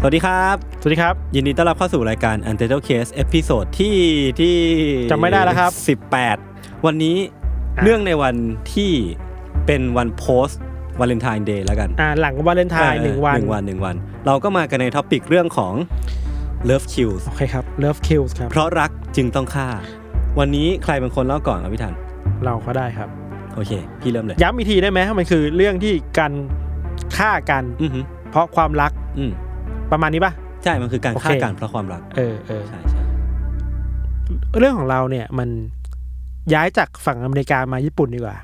สวัสดีครับ สวัสดีครับ ยินดีต้อนรับเข้าสู่รายการ Untitled Case เอพิโซดที่ที่ จำไม่ได้แล้วครับ 18 วันนี้ อ่ะ เรื่องในวันที่เป็นวันโพสวาเลนไทน์เดย์แล้วกัน อ่าหลังวาเลนไทน์ เออ หนึ่งวัน หนึ่งวันหนึ่งวัน เราก็มากันในท็อปิกเรื่องของ Love Kills โอเคครับ Love Kills ครับ เพราะรักจึงต้องฆ่า วันนี้ใครเป็นคนเล่าก่อนครับพี่ทัน เราก็ได้ครับ โอเค พี่เริ่มเลย ย้ำอีกทีได้ไหมมันคือเรื่องที่การฆ่ากัน อือหือ เพราะความรัก อืม ประมาณนี้ปะ ใช่มันคือการ โอเค ฆ่ากันเพราะความรัก เออเออ ใช่ใช่ เรื่องของเราเนี่ยมันย้ายจากฝั่งอเมริกามาญี่ปุ่นดีกว่า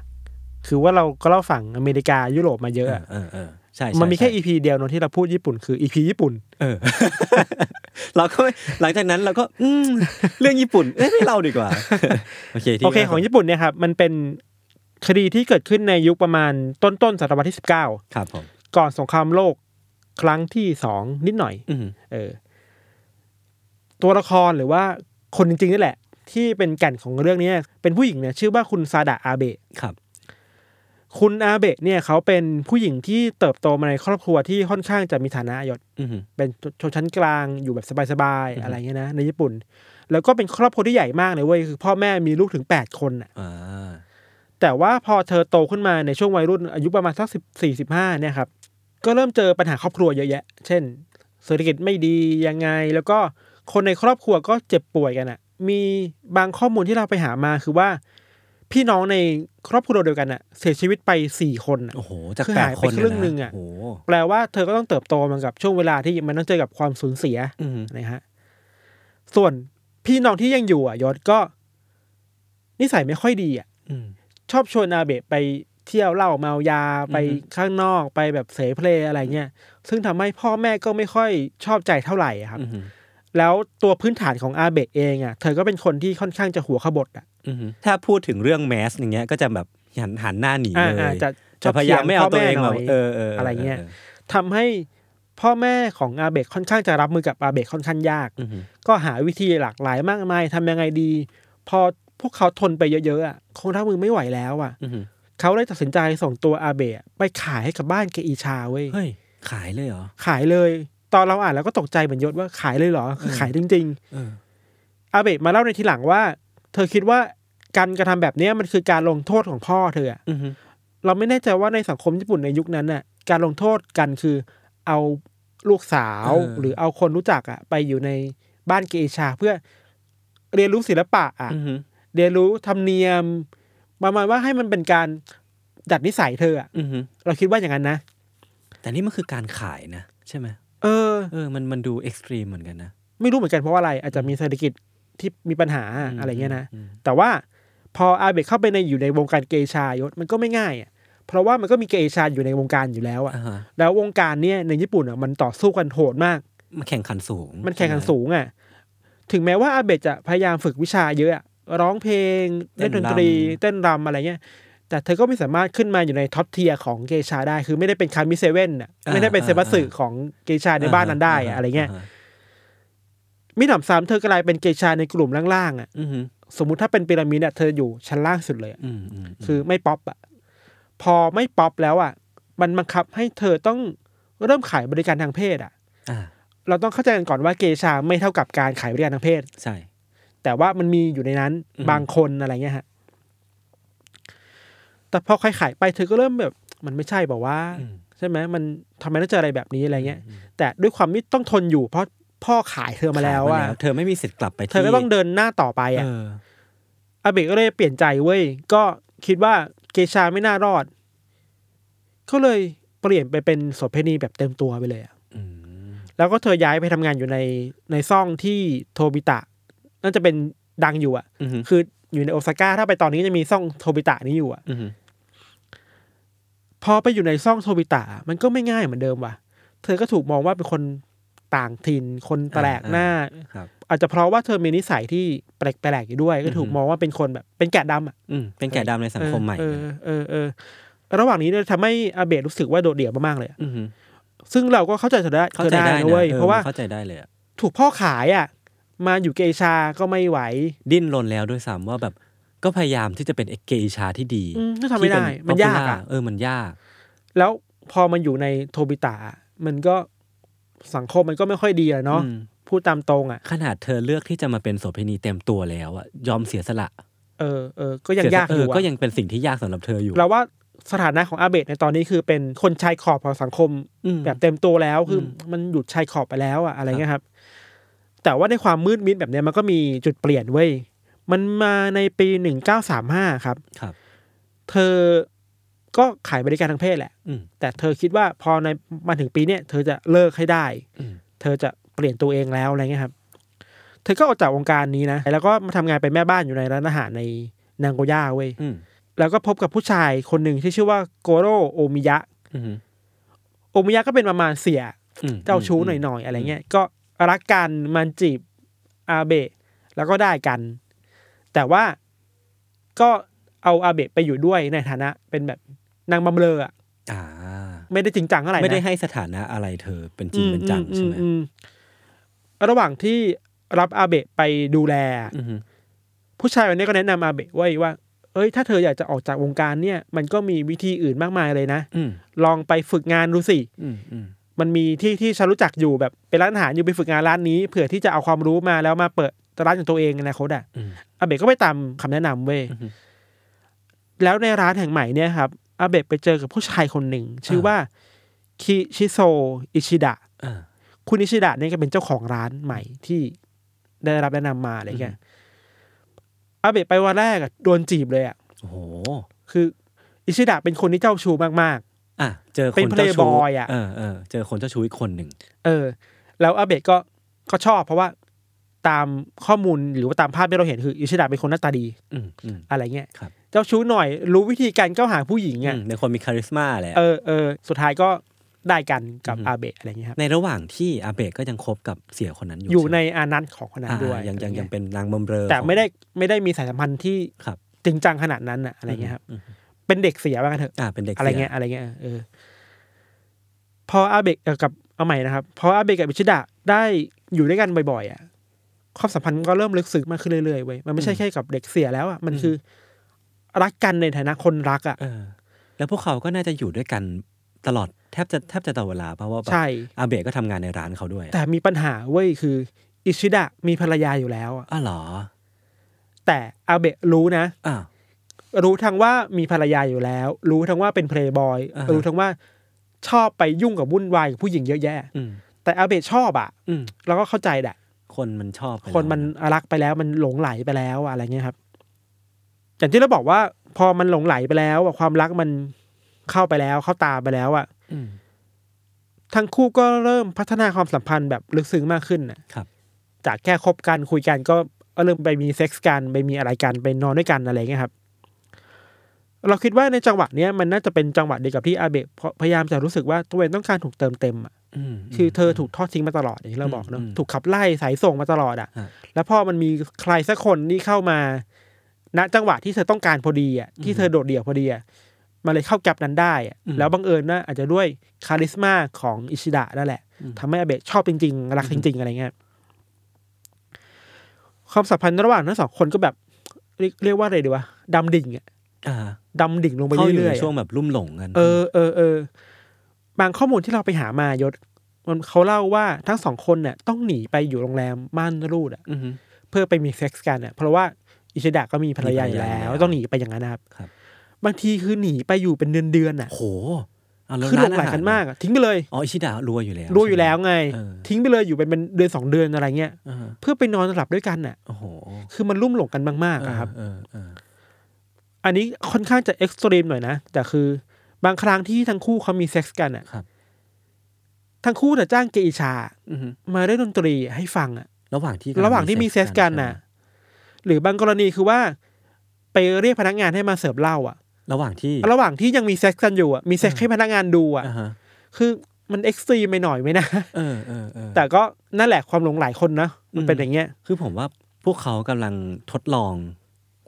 คือว่าเราก็เล่าฝั่งอเมริกายุโรปมาเยอะอะ เออเออใช่ใช่ มันมีแค่ ใช่ EP เดียวเนอะที่เราพูดญี่ปุ่นคือ EP ญี่ปุ่น เออ เราก็ไม่หลังจากนั้นเราก็ อืมเรื่องญี่ปุ่น เอ้ยไม่เล่าดีกว่า โอเคที่ โอเคของญี่ปุ่นเนี่ยครับมันเป็นคดีที่เกิดขึ้นในยุคประมาณต้นต้นๆศตวรรษที่สิบเก้า ครับผม ก่อนสงครามโลกครั้งที่สองนิดหน่อย อืม เออ ตัวละครหรือว่าคนจริงๆนี่แหละ ที่เป็นแก่นของเรื่องเนี้ยเป็นผู้หญิงเนี่ยชื่อว่าคุณซาดะอาเบะ ครับ คุณอาเบะเนี่ยเขาเป็นผู้หญิงที่เติบโตมาในครอบครัวที่ค่อนข้างจะมีฐานะยศ อืม เป็นชนชั้นกลางอยู่แบบสบาย อือฮึ ๆอะไรเงี้ยนะในญี่ปุ่น แล้วก็เป็นครอบครัวที่ใหญ่มากเลยเว้ยคือพ่อแม่มีลูกถึงแปดคนน่ะ อ่า แต่ว่าพอเธอโตขึ้นมาในช่วงวัยรุ่นอายุประมาณสักสิบสี่สิบห้าเนี่ยครับ ก็เริ่มเจอปัญหาครอบครัวเยอะแยะ เช่น เศรษฐกิจไม่ดียังไง แล้วก็คนในครอบครัวก็เจ็บป่วยกันอะ่ะ มีบางข้อมูลที่เราไปหามาคือว่า พี่น้องในครอบครัวเดียวกันอะ่ะ เสียชีวิตไปสี่คนอะ โอ้โห จาก คือ แป หา ด ยไป คน ครึ่ง เย หนึ่งอะ โอ้โห แปลว่าเธอก็ต้องเติบโตมากับช่วงเวลาที่มันต้องเจอกับความสูญเสีย อืม นะฮะ ส่วนพี่น้องที่ยังอยู่อ่ะยศก็ นิสัยไม่ค่อยดีอ่ะ อืม ชอบชวนอาเบะไปเที่ยวเหล้าเมายาไป อือฮึ ข้างนอกไปแบบเสเพลอะไรเงี้ยซึ่งทำให้พ่อแม่ก็ไม่ค่อยชอบใจเท่าไหร่อะครับ อืม แล้วตัวพื้นฐานของอาเบะเองอ่ะ เธอก็เป็นคนที่ค่อนข้างจะหัวขบถอ่ะ อืมถ้าพูดถึงเรื่องแมสอย่างเงี้ย ก็จะแบบหันหันหน้าหนี อ่า เล อ่ายจะช จะ อบ พยายามไม่เอาตัวเอง ถียแบพ่หน่ บ ย เออเอออะไร เงี้ย ทำให้พ่อแม่ของอาเบะค่อนข้างจะรับมือกับอาเบะค่อนข้างยาก อืม ก็หาวิธีหลากหลายมากมายทำยังไงดี พอพวกเขาทนไปเยอะๆอ่ะคงรับมือไม่ไหวแล้วอ่ะ อืม เขาเลยตัดสินใจส่งตัวอาเบะไปขายให้กับบ้านเกอิชาเว้ย เฮ้ย ขายเลยเหรอ ขายเลย ตอนเราอ่านแล้วก็ตกใจเหมือนยศว่าขายเลยเหรอ คือขายจริง เออ ๆ อาเบะมาเล่าในทีหลังว่า เธอคิดว่าการกระทำแบบเนี้ยมันคือการลงโทษของพ่อเธออะ อืม เราไม่แน่ใจว่าในสังคมญี่ปุ่นในยุคนั้นน่ะ การลงโทษกันคือเอาลูกสาว เออ หรือเอาคนรู้จักอ่ะไปอยู่ในบ้านเกอิชาเพื่อเรียนรู้ศิลปะอ่ะ อืม เรียนรู้ธรรมเนียมประมาณว่าให้มันเป็นการดัดนิสัยเธออ่ะ อือฮึ เราคิดว่าอย่างนั้นนะ แต่นี่มันคือการขายนะ ใช่ไหม เออ เออมันมันดูเอ็กซ์ตรีมเหมือนกันนะ ไม่รู้เหมือนกันเพราะว่าอะไร อาจจะมีเศรษฐกิจที่มีปัญหาอะไรเงี้ยนะ ม แต่ว่าพออาเบะเข้าไปในอยู่ในวงการเกย์ชายศมันก็ไม่ง่ายอ่ะเพราะว่ามันก็มีเกย์ชายอยู่ในวงการอยู่แล้วอ่ะ อ่าฮะ แล้ววงการเนี่ยในญี่ปุ่นอ่ะมันต่อสู้กันโหดมาก มันแข่งขันสูง มันแข่งขันสูงอ่ะถึงแม้ว่าอาเบะจะพยายามฝึกวิชาเยอะอะร้องเพลงเล่นดนตรีเต้นรำอะไรเงี้ย แต่เธอก็ไม่สามารถขึ้นมาอยู่ในท็อปเทียร์ของเกย์ชาได้คือไม่ได้เป็นคามิเซเว่นอ่ะไม่ได้เป็นเซบัสึของเกย์ชา ใช่หม ในบ้านนั้นได้อะอะไรเงี้ย าฮะ มิหนำซ้ำเธอกลายเป็นเกย์ชายในกลุ่มล่างๆอ่ะ อือฮึ สมมุติถ้าเป็นพีระมิดอ่ะเธออยู่ชั้นล่างสุดเลยอะ อืมอืม คือไม่ป๊อปอ่ะ พอไม่ป๊อปแล้วอ่ะ มันบังคับให้เธอต้องเริ่มขายบริการทางเพศอ่ะ อ่า เราต้องเข้าใจกันก่อนว่าเกย์ชาไม่เท่ากับการขายบริการทางเพศ ใช่ แต่ว่ามันมีอยู่ในนั้น อืม บางคนอะไรเงี้ยฮะ แต่พอขายขายๆไปเธอก็เริ่มแบบ มันไม่ใช่บอกว่า อืม ใช่ไหมมันทำไมต้องเจออะไรแบบนี้อะไรเงี้ย แต่ด้วยความที่ต้องทนอยู่ เพราะพ่อขายเธอมาแล้ว ข อ่ะ ยเธอไม่มีสิทธิ์กลับไป เธอก็ต้องเดินหน้าต่อไปอ่ะ เออ อาเบะก็เลยเปลี่ยนใจเว้ย ก็คิดว่าเกชาไม่น่ารอด ก็เลยเปลี่ยนไปเป็นโสเภณีแบบเต็มตัวไปเลยอะ อืม แล้วก็เธอย้ายไปทำงานอยู่ในในซ่องที่โทบิตะ น่าจะเป็นดังอยู่อะ อือฮึ คืออยู่ในโอซาก้าถ้าไปตอนนี้จะมีซ่องโทบิตะนี้อยู่อะ อือฮึ พอไปอยู่ในซ่องโทบิตะ มันก็ไม่ง่ายเหมือนเดิมว่ะ เธอก็ถูกมองว่าเป็นคน ต่างถิ่น คนแปลกหน้า ครับ อาจจะเพราะว่าเธอมีนิสัยที่แปลกๆอยู่ด้วย ก็ถูกมองว่าเป็นคนแบบเป็นแกะดำอ่ะ อืมเป็นแก่ดำในสังคมใหม่ เออเออเออเออระหว่างนี้เนี่ยทำให้อาเบะรู้สึกว่าโดดเดี่ยวมากๆเลยอะ อือหือ ซึ่งเราก็เข้าใจเธอได้ เข้า เธอ ใจ ได้ ได้ นะ นะ เว้ย ออ เพราะว่า เข้าใจได้เลยอะ ถูกพ่อขายอ่ะ มาอยู่เกชาก็ไม่ไหว ดิ้นรนแล้วด้วยซ้ำว่าแบบก็พยายามที่จะเป็นเอกเกอิชาที่ดี อืมก็ทำไม่ได้ ที่เป็ มันยาก ป๊อปปูล่ อะ เออมันยาก แล้วพอมันอยู่ในโทบิตะมันก็สังคมมันก็ไม่ค่อยดีอะเนาะ อืม พูดตามตรงอ่ะ ขนาดเธอเลือกที่จะมาเป็นโสเภณีเต็มตัวแล้วอะยอมเสียสละ เออเออก็ยังยาก เอ อยู่ อ อะ ก็ยังเป็นสิ่งที่ยากสำหรับเธออยู่ เราว่าสถานะของอาเบะในตอนนี้คือเป็นคนชายขอบของสังคม อืม แบบเต็มตัวแล้วคืออ ม มันหยุดชายขอบไปแล้วอะอะไรเงี้ยครับ แต่ว่าในความมืดมิดแบบเนี้ยมันก็มีจุดเปลี่ยนเว้ยมันมาในปีหนึ่งเก้าสามห้าครับ ครับ เธอก็ขายบริการทางเพศแหละ อืม แต่เธอคิดว่าพอในมาถึงปีเนี้ยเธอจะเลิกให้ได้ อืม เธอจะเปลี่ยนตัวเองแล้วอะไรเงี้ยครับ เธอก็ออกจากวงการนี้นะ แล้วก็มาทำงานเป็นแม่บ้านอยู่ในร้านอาหารในนางโกย่าเว้ย อืม แล้วก็พบกับผู้ชายคนหนึ่งที่ชื่อว่าโกโรโอมิยะ อืม โอมิยะก็เป็นประมาณเสีย อืม เจ้าชู้หน่อยๆอะไรเงี้ย ก็รักกันมันจีบอาเบะแล้วก็ได้กัน แต่ว่าก็เอาอาเบะไปอยู่ด้วยในฐานะเป็นแบบนางบำเรออะ อ่า ไม่ได้จริงจังเท่าไหร่นะ ไม่ได้ให้สถานะอะไรเธอเป็นจริงเป็นจัง อื ใช่ไหม อือืมระหว่างที่รับอาเบะไปดูแล อืม ผู้ชายคนนี้ก็แนะนำอาเบะไว้ว่า เอ้ย ถ้าเธออยากจะออกจากวงการเนี่ย มันก็มีวิธีอื่นมากมายเลยนะ อืม ลองไปฝึกงานดูสิ อืมอืม มันมีที่ที่ฉันรู้จักอยู่แบบเป็นร้านอาหารอยู่ไปฝึกงานร้านนี้เผื่อที่จะเอาความรู้มาแล้วมาเปิดร้านของตัวเองในอนาคตอ่ะ อืม อาเบะก็ไปตามคำแนะนำเว้ย อือฮึ แล้วในร้านแห่งใหม่เนี่ยครับอาเบะไปเจอกับผู้ชายคนหนึ่ง ชื่อว่าคิชิโซอิชิดะ อ่า คุณอิชิดะเนี่ยก็เป็นเจ้าของร้านใหม่ที่ได้รับแนะนำมาอะไรเงี้ยอาเบะไปวันแรกอะโดนจีบเลยอ่ะ โอ้โห คืออิชิดะเป็นคนที่เจ้าชู้มาก อ่ะ เจอค เป็น นเจ้า playboy ชู้ อะ เออเออเจอคนเจ้าชู้อีกคนหนึ่ง เออ แล้วอาเบะก็ก็ชอบเพราะว่าตามข้อมูลหรือว่าตามภาพที่เราเห็นคืออิชิดะเป็นคนหน้าตาดี อืมอืม อะไรเงี้ย ครับ เจ้าชู้หน่อยรู้วิธีการเข้าหาผู้หญิงอ่ะ อืมในคนมีคาริสมาแหละ เออเออสุดท้ายก็ได้กันกับ อือฮึ อาเบะอะไรเงี้ยครับ ในระหว่างที่อาเบะก็ยังคบกับเสี่ยคนนั้นอยู่ อยู่ ช่ไห ใน ม อานัตของคนนั้น อ่า ด้วย ยังยังยัง อะไร เป็นนางบำเรอเงี้ย แต่ ของ ไม่ได้ไม่ได้มีสายสัมพันธ์ที่ ครับ จริงจังขนาดนั้นอ่ะอะไรเงี้ยครับ อืม เป็นเด็กเสียบ้างนเถอะ อ่า เป็นเด็ก อะไรเงี้ยอะไรเงี้ยเออพออาเบกเอ่อกับเอาใหม่นะครับ พออาเบกกับอิชิดะได้อยู่ด้วยกันบ่อยๆอ่ะความสัมพันธ์มันก็เริ่มลึกซึ้งมากขึ้นเรื่อยๆเว้ยมันไม่ใช่แค่กับเด็กเสียแล้วอ่ะมันคืออรักกันในฐานะคนรักอ่ะ เออ แล้วพวกเขาก็น่าจะอยู่ด้วยกันตลอดแทบจะแทบจะตลอดเวลาเพราะว่าแบบ ใช่ อาเบะก็ทำงานในร้านเขาด้วย แต่มีปัญหาเว้ยคืออิชิดะมีภรรยาอยู่แล้วอะ อ้าวเหรอ แต่อาเบะรู้นะ อ้าว รู้ทั้งว่ามีภรรยาอยู่แล้ว รู้ทั้งว่าเป็นเพลย์บอย อ่าฮะ รู้ทั้งว่าชอบไปยุ่งกับวุ่นวายกับผู้หญิงเยอะแยะ อืม แต่อาเบะชอบอ่ะ อืม เราก็เข้าใจแหละ คนมันชอบไป คนมันรักไปแล้วมันหลงไหลไปแล้วอะอะไรเงี้ยครับ อย่างที่เราบอกว่า พอมันหลงไหลไปแล้วอะความรักมันเข้าไปแล้ว เข้าตาไปแล้วอะ อืม ทั้งคู่ก็เริ่มพัฒนาความสัมพันธ์แบบลึกซึ้งมากขึ้นนะครับ จากแค่คบกันคุยกันก็เริ่มไปมีเซ็กซ์กันไปมีอะไรกันไปนอนด้วยกันอะไรเงี้ยครับ เราคิดว่าในจังหวะเนี้ยมันน่าจะเป็นจังหวะเดียวกับที่อาเบะพยายามจะรู้สึกว่าตัวเองต้องการถูกเติมเต็มอะ อืม คือเธอถูกทอดทิ้งมาตลอดอย่างที่เราบอกเนอะ อืมอืม ถูกขับไล่สายส่งมาตลอดอ่ะ ฮะ แล้วพอมันมีใครสักคนที่เข้ามา ณจังหวะที่เธอต้องการพอดีอ่ะที่เธอโดดเดี่ยวพอดีอ่ะมันเลยเข้าแก็บนั้นได้อะแล้วบังเอิญว่าอาจจะด้วยคาริสมาของอิชิดะนั่นแหละทำให้อาเบะชอบจริงๆ รักจริง ๆ อะไรเงี้ยความสัมพันธ์ระหว่างทั้งสองคนก็แบบเรียกเรียกว่าอะไรดีวะดำดิ่งอ่ะ อ่า ดำดิ่งลงไป เขาอยู่ เรื่อในยๆอะ ช่วงแบบลุ่มหลงกัน เออเออเออบางข้อมูลที่เราไปหามายศมันเขาเล่าว่าทั้งสองคนเนี่ยต้องหนีไปอยู่โรงแรมม่านรูดอะ อือฮึ เพื่อไปมีเซ็กซ์กันอะเพราะว่าอิชิดะก็มีภรรยา มีภรรยาอยู่แล้ว แล้ว ต้องหนีไปอย่างนั้นนะครับ บางทีคือหนีไปอยู่เป็นเดือนเดือนๆอะ โหเอาแล้ว คือหล ร้าง น ไหล อาหาร กันมากอะทิ้งไปเลย อ๋ออิชิดะรวยอยู่แล้ว รู้อยู่แล้ว ใช่ไหม ไง เออ ทิ้งไปเลยอยู่เป็นเดือนสองเดือนอะไรเงี้ย อ่า เพื่อไปนอนหลับด้วยกันอะ โอ้โห คือมันลุ่มหลงกันมากๆอะครับ เออเออ อันนี้ค่อนข้างจะเอ็กซ์ตรีมหน่อยนะ แต่คือบางครั้งที่ทั้งคู่เขามีเซ็กซ์กันอะ ครับ ทั้งคู่น่ะจ้างเกอิชา อือฮึ มาเล่นดนตรีให้ฟังอะ ระหว่างที่ ระหว่างที่มีเซ็กซ์กันน่ะ หรือบางกรณีคือว่า ไปเรียกพนักงานให้มาเสิร์ฟเหล้าอะ ระหว่างที่ ระหว่างที่ยังมีเซ็กซ์กันอยู่อะมีเซ็กซ์ให้พนักงานดูอะ อ่าฮะ คือ มันเอ็กซ์ตรีมไปหน่อยไหมนะ เออเออเออ แต่ก็นั่นแหละความหลงไหลคนนะมันเป็นอย่างเงี้ย คือผมว่าพวกเขากำลังทดลอง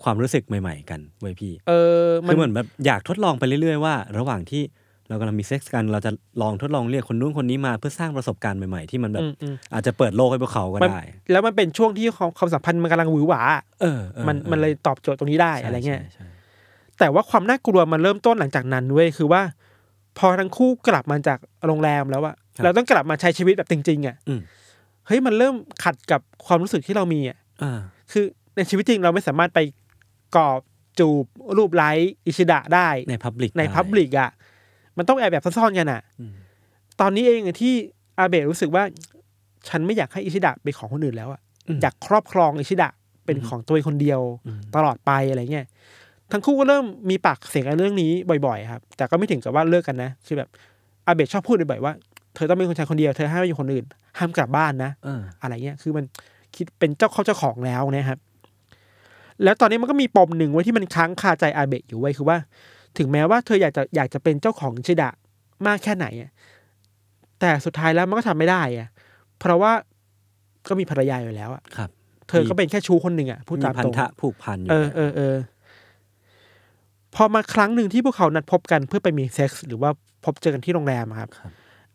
ความรู้สึกใหม่ ๆ กันเว้ยพี่ เออมั คื น อเหมือนแบบอยากทดลองไปเรื่อยๆว่า ระหว่างที่เรากำลังมีเซ็กส์กัน เราจะลองทดลองเรียกคนนู้นคนนี้มาเพื่อสร้างประสบการณ์ใหม่ๆ ที่มันแบบ อืมอืม อาจจะเปิดโลกให้พวกเขาก็ มัน ได้ แล้วมันเป็นช่วงที่ความความสัมพันธ์มันกำลังหวือหวา เออออ มัน ออ มันเลยตอบโจทย์ตรงนี้ได้ ใช่ อะไรเงี้ย ใช่ใช่ แต่ว่าความน่ากลัวมันเริ่มต้นหลังจากนั้นเว้ยคือว่า พอทั้งคู่กลับมาจากโรงแรมแล้วอะเราต้องกลับมาใช้ชีวิตแบบจริงๆอะ อืม เฮ้ยมันเริ่มขัดกับความรู้สึกที่เรามีอะ อ่า คือในชีวิตจริงเราไม่สามารถไปกอบจูบรูปไลค์อิชิดะได้ ในพับลิก ในพับลิกอะมันต้องแอบแบบซ่อนๆกันอะตอนนี้เองที่อาเบะรู้สึกว่า ฉันไม่อยากให้อิชิดะเป็นของคนอื่นแล้วอะอยากครอบครองอิชิดะเป็นของตัวเองคนเดียว ตลอดไปอะไรเงี้ย ทั้งคู่ก็เริ่มมีปากเสียงกันเรื่องนี้บ่อยๆ ครับ แต่ก็ไม่ถึงกับว่าเลิกกันนะ คือแบบอาเบะชอบพูดบ่อยๆว่า เธอต้องเป็นคนชายคนเดียว เธอห้ามอยู่คนอื่น ห้ามกลับบ้านนะ เออ อะไรเงี้ย คือมันคิดเป็นเจ้าเขาเจ้าของแล้วเนะครับ แล้วตอนนี้มันก็มีปมหนึ่งไว้ยที่มันค้างคาใจอาเบะอยู่ไว้ยคือว่า ถึงแม้ว่าเธออยากจะอยากจะเป็นเจ้าของชิดะมากแค่ไหนอะแต่สุดท้ายแล้วมันก็ทำไม่ได้อะเพราะว่าก็มีภรรยาอยู่แล้วอะ ครับ เธอก็เป็นแค่ชู้คนหนึ่งอะพูด มี ตาม พัน ตรง ธะผูกพันอยู่ เออเออเออพอมาครั้งหนึ่งที่พวกเขานัดพบกันเพื่อไปมีเซ็กส์หรือว่าพบเจอกันที่โรงแรมอะครับ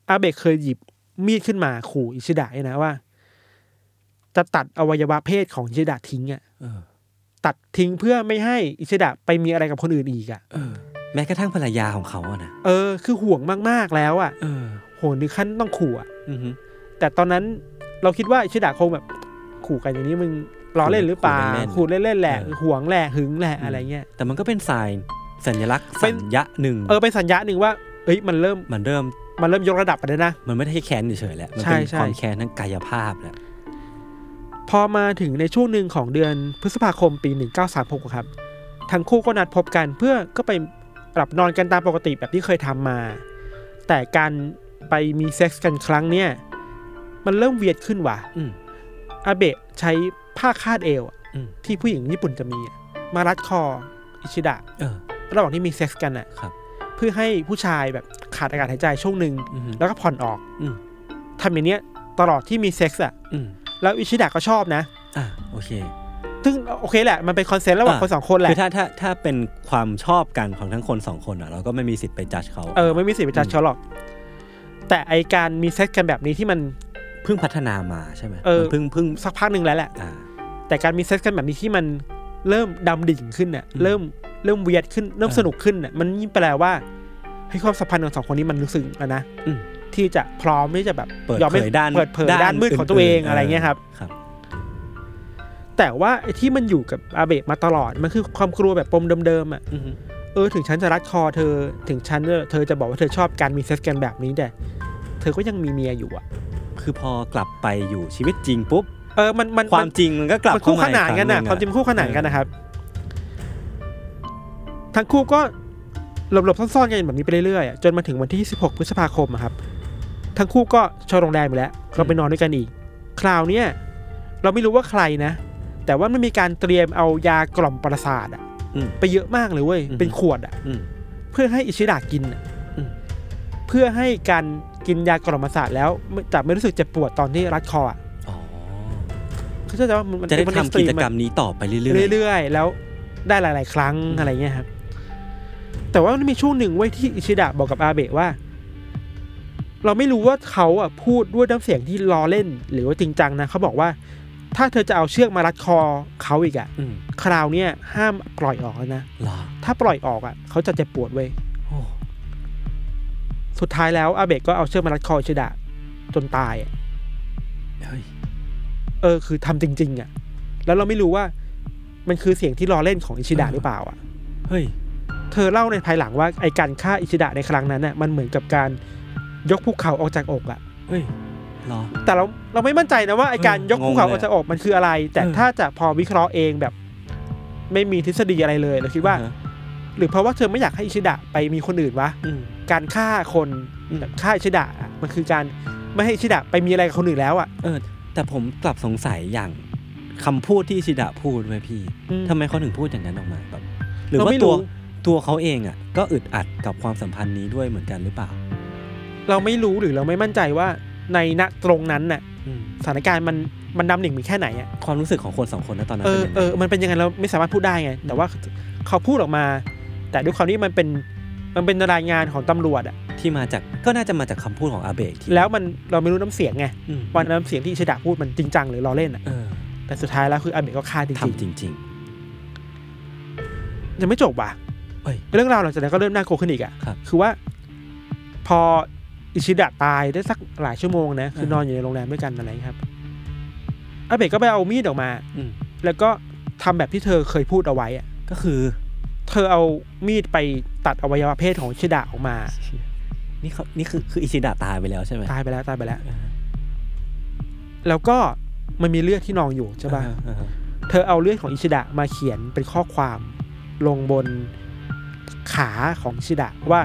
อาเบะเคยหยิบมีดขึ้นมาขู่อิชิดะเนี่ยนะว่า จะตัดอวัยวะเพศของอิชิดะทิ้งอะ เออ ตัดทิ้งเพื่อไม่ให้อิชิดะไปมีอะไรกับคนอื่นอีกอะ เออ แม้กระทั่งภรรยาของเขาอะนะ เออคือห่วงมากๆแล้วอะ เออ โหนึกขั้นต้องขู่อะ อือฮึ แต่ตอนนั้นเราคิดว่าอิชิดะคงแบบ ขู่กันอย่างนี้มึงล้อเล่นหรือเปล่าขู่เล่นๆแหละห่วงแหละหึงแหละอะไรเงี้ย แต่มันก็เป็นสายสัญลักษณ์ เป็ สั น ญญะหนึ่ง เออเป็นสัญญาณหนึ่งว่าเอ้ยมันเริ่ม มันเริ่ม มันเริ่มยกระดับไปแล้วนะ มันไม่ได้แค่แค้นเฉยๆแล้วมัน ใช่ เป็น ใช่ ความแค้นทางกายภาพแล้ว พอมาถึงในช่วงหนึ่งของเดือนพฤษภาคมปี 1936อะครับ ทั้งคู่ก็นัดพบกันเพื่อก็ไปหลับนอนกันตามปกติแบบที่เคยทำมา แต่การไปมีเซ็กส์กันครั้งเนี่ย มันเริ่มเวียดขึ้นว่ะ อืม อาเบะใช้ผ้าคาดเอวอะ อืม ที่ผู้หญิงญี่ปุ่นจะมีอะมารัดคออิชิดะ เออ ระหว่างที่มีเซ็กส์กันอ่ะ ครับ เพื่อให้ผู้ชายแบบขาดอากาศหายใจช่วงหนึ่ง อือฮึ แล้วก็ผ่อนออก อืม ทำอย่างเนี้ยตลอดที่มีเซ็กส์อ่ะ อืม แล้วอิชิดะก็ชอบนะ อ่ะโอเค ซึ่งโอเคแหละ มันเป็นคอนเซนต์ระหว่าง อ่า คนสองคนแห คือ ละ ถ้าถ้าถ้าเป็นความชอบกันของทั้งคนสองคนอ่ะ เราก็ไม่มีสิทธิ์ไปจัดเขา เออ ไม่มีสิทธิ์ไปจัดเขาหรอก แต่ไอการมีเซ็กกันแบบนี้ที่มัน เพิ่งพัฒนามาใช่ไหม เออ มันเพิ่งเพิ่ง สักพักหนึ่งแล้วแหละ อ่า แต่การมีเซ็กกันแบบนี้ที่มันเริ่มดำดิ่งขึ้นน่ะ อืม เริ่มเริ่มเวียดขึ้น เริ่ม อ่า สนุกขึ้นน่ะ มันยิ่งแปลว่าให้ความสัมพันธ์ของสองคนนี้มันรู้สึกแล้วนะ อืม ที่จะพร้อมที่จะแบบ เปิด ยอมให้ เผยด้าน เปิดเผยด้านมืดของตัว อื่ เอๆนงอะไรเงี้ยครับ ครับ แต่ว่าไอที่มันอยู่กับอาเบะมาตลอด มันคือความกลัวแบบปมเดิมๆอ่ะ อืม เออถึงฉันจะรัดคอเธอถึงฉันเธอจะบอกว่าเธอชอบการมีเซ็กส์กันแบบนี้แต่เธอก็ยังมีเมียอยู่อ่ะ คือพอกลับไปอยู่ชีวิตจริงปุ๊บ เออมันมัน ความ น จริงมันก็กลับ มันคู่ขนานกัน อ่ะ อ่ะความจริงมันคู่ขนานกันนะครับ ทั้งคู่ก็หลบๆซ่อนๆกันแบบนี้ไปเรื่อยๆอะจนมาถึงวันที่ 16 พฤษภาคมอะครับ ทั้งคู่ก็เชอโรงแรมไปแล้วก็ไปนอนด้วยกันอีก คราวเนี้ยเราไม่รู้ว่าใครนะ แต่ว่ามันมีการเตรียมเอายากล่อมประสาทอะ อืม ไปเยอะมากเลยเว้ย อืม เป็นขวดอะ อืม เพื่อให้อิชิดะกินน่ะ อืม เพื่อให้การกินยากล่อมประสาทแล้วไม่จะไม่รู้สึกเจ็บปวดตอนที่รัดคออ่ะ อ๋อ เขาจะว่ามันมัน จะได้ มัน ทำกิจกรร ม มนี้ต่อไปเรื่ ัน อย เรื่อยๆ แล้วได้หลาย ๆ ครั้งอะไรเงี้ยครับ แต่ว่ามันมีช่วงหนึ่งไว้ยที่อิชิดะบอกกับอาเบะว่า เราไม่รู้ว่าเขาอ่ะพูดด้วยน้ำเสียงที่ล้อเล่น หรือว่าจริงจังนะเขาบอกว่า ถ้าเธอจะเอาเชือกมารัดคอเขาอีกอ่ะ ๆอืม คราวเนี้ยห้ามปล่อยออกแล้วนะ เหรอ ถ้าปล่อยออกอ่ะเขาจะเจ็บปวดเว้ย โอ้ สุดท้ายแล้วอาเบะก็เอาเชือกมารัดคออิชิดะจนตายอะ เฮ้ย เออคือทำจริง ๆ อ่ะ แล้วเราไม่รู้ว่ามันคือเสียงที่ล้อเล่นของอิชิดะหรือเปล่าอ่ะ เฮ้ย เธอเล่าในภายหลังว่าไอการฆ่าอิชิดะในครั้งนั้นน่ะมันเหมือนกับการยกภูเขาออกจากอกอ่ะ เฮ้ยเหรอ แต่เราเราไม่มั่นใจนะว่าไอการยกภูเขา งงเลย ออกจากอกมันคืออะไร แต่ เออ ถ้าจะพอวิเคราะห์เองแบบ ไม่มีทฤษฎีอะไรเลยเราคิดว่า อ่ฮะ หรือเพราะว่าเธอไม่อยากให้อิชิดะไปมีคนอื่นวะ อืม การฆ่าคน อืม แบบฆ่าอิชิดะอะมันคือการไม่ให้อิชิดะไปมีอะไรกับคนอื่นแล้วอ่ะ เออแต่ผมกลับสงสัยอย่างคำพูดที่อิชิดะพูดไว้ยพี่ อืม ทำไมเขาถึงพูดอย่างนั้นออกมาแบบหรือ เรา ว่า ไม่ ตั รู้ วตัวเขาเองอ่ะ ก็อึดอัดกับความสัมพันธ์นี้ด้วยเหมือนกันหรือเปล่า เราไม่รู้หรือเราไม่มั่นใจว่าในณตรงนั้นน่ะ อืม สถานการณ์มันมันนำหนึ่งมีแค่ไหนอ่ะ ความรู้สึกของคนสองคนนะตอนนั้น เอ เป็น อ ยังไง เออมันเป็นยังไงเราไม่สามารถพูดได้ไง แต่ว่าเขาพูดออกมา แต่ด้วยความที่มันเป็นมันเป็นรายงานของตำรวจอ่ะ ที่มาจากก็น่าจะมาจากคำพูดของอาเบะอีกที แล้วมันเราไม่รู้น้ำเสียงไง อืม ว่าน้ำเสียงที่อิชิดะพูดมันจริงจังหรือล้อเล่นอ่ะ เออ แต่สุดท้ายแล้วคืออาเบะก็ฆ่าจริง ทำจริง ๆยังไม่จบว่ะ เอ้ย เรื่องราวหลังจากนั้นก็เริ่มน่ากลัวขึ้นอีกอ่ะ ครับ คือว่า พออิชิดะตายได้สักหลายชั่วโมงนะคือนอนอยู่ในโรงแรมด้วยกันอะไรอย่างเงี้ยครับอาเบะก็ไปเอามีดออกมา ๆอืม แล้วก็ทำแบบที่เธอเคยพูดเอาไว้อะ ก็คือ เธอเอามีดไปตัดอวัยวะเพศของอิชิดะออกมา นี่เขานี่คือคืออิชิดะตายไปแล้วใช่ไหม ตายไปแล้วตายไปแล้ว เออ แล้วก็มันมีเลือดที่นองอยู่ใช่ป่ะ เออเออ เธอเอาเลือดของอิชิดะมาเขียนเป็นข้อความลงบนขาของอิชิดะว่า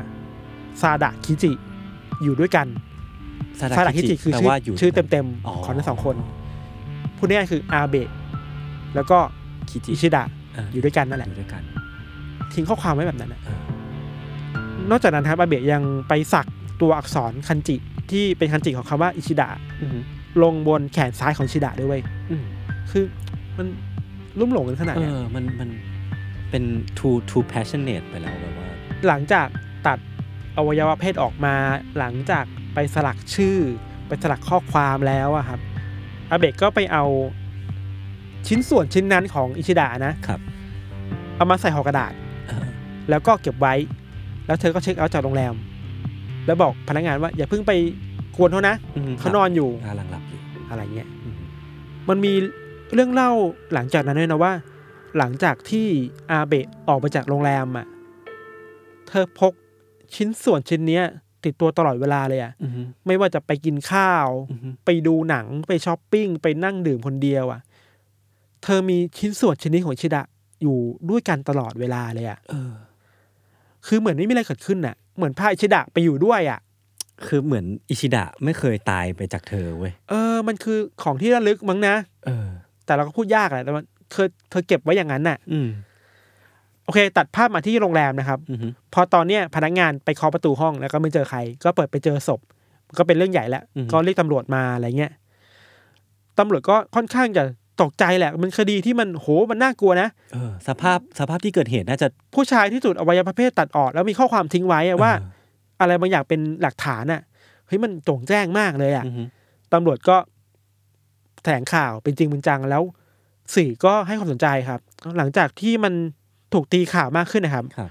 ซาดะคิจิอยู่ด้วยกัน ซา ซา ดะ ดะ คิ คิ จิ จิคือ แปล ชื่อ ว่าอยู่ ชื่อเต็ม อ๋อ ๆของทั้งสองคน พูดง่ายๆคืออาเบะแล้วก็ คิจิ อิชิดะ เ อยู่ด้วยกันนั่นแห อ ละ ยู่ด้วยกัน ทิ้งข้อความไว้แบบนั้นอะ เออน อกจากนั้นครับอาเบะยังไปสักตัวอักษรคันจิที่เป็นคันจิของคำว่าอิชิดะ อืม ลงบนแขนซ้ายของอิชิดะด้วยเวย อืม คือมันลุ่มหลงกันขนาด เอ เนี้ย อ มัน มัน เป็น too too passionate ไปแล้วแบบว่า หลังจากตัดอวัยวะเพศออกมา หลังจากไปสลักชื่อ ไปสลักข้อความแล้วอะครับอาเบะก็ไปเอาชิ้นส่วนชิ้นนั้นของอิชิดะนะครับ เอามาใส่ห่อกระดาษ เออ แล้วก็เก็บไว้ แล้วเธอก็เช็คเอาท์จากโรงแรม แล้วบอกพนักงานว่าอย่าเพิ่งไปกวนเขานะ อืม เขานอนอยู่ กำลังหลับอยู่ อะไรเงี้ย อืม มันมีเรื่องเล่าหลังจากนั้นด้วยนะว่า หลังจากที่อาเบะออกไปจากโรงแรมอ่ะเธอพกชิ้นส่วนชิ้นเนี้ย ติดตัวตลอดเวลาเลยอ่ะ อืม ไม่ว่าจะไปกินข้าว อืม ไปดูหนังไปช้อปปิ้ง ไปนั่งดื่มคนเดียวอ่ะ เธอมีชิ้นส่วนชิ้นนี้ของชิดะอยู่ด้วยกันตลอดเวลาเลยอ่ะ เออ คือเหมือนไม่มีอะไรเกิดขึ้นอ่ะ เหมือนพาชิดะไปอยู่ด้วยอ่ะ คือเหมือนอิชิดะไม่เคยตายไปจากเธอเว้ย เออ มันคือของที่ระลึกมั้งนะ เออ แต่เราก็พูดยากแหละแต่ว่าเธอเธอเก็บไว้อย่างนั้นน่ะ อืม โอเค ตัดภาพมาที่โรงแรมนะครับ อืม พอตอนเนี้ยพนักงานไปเคาะประตูห้องแล้วก็ไม่เจอใคร ก็เปิดไปเจอศพ ก็เป็นเรื่องใหญ่แล้ว ก็เรียกตำรวจมาอะไรเงี้ยตำรวจก็ค่อนข้างจะตกใจแหละ มันคดีที่มันโหมันน่ากลัวนะ เออ สภาพ สภาพที่เกิดเหตุน่าจะ ผู้ชายที่ถูกอวัยวะเพศตัดออกแล้วมีข้อความทิ้งไว้อะว่า อะไรบางอย่างเป็นหลักฐานอะเฮ้ยมันโจงแจ้งมากเลย เอ อะ ออืม ตำรวจก็แถลงข่าวเป็นจริงเป็นจังแล้ว สื่อก็ให้ความสนใจครับ หลังจากที่มันถูกตีข่าวมากขึ้นนะครับ ครับ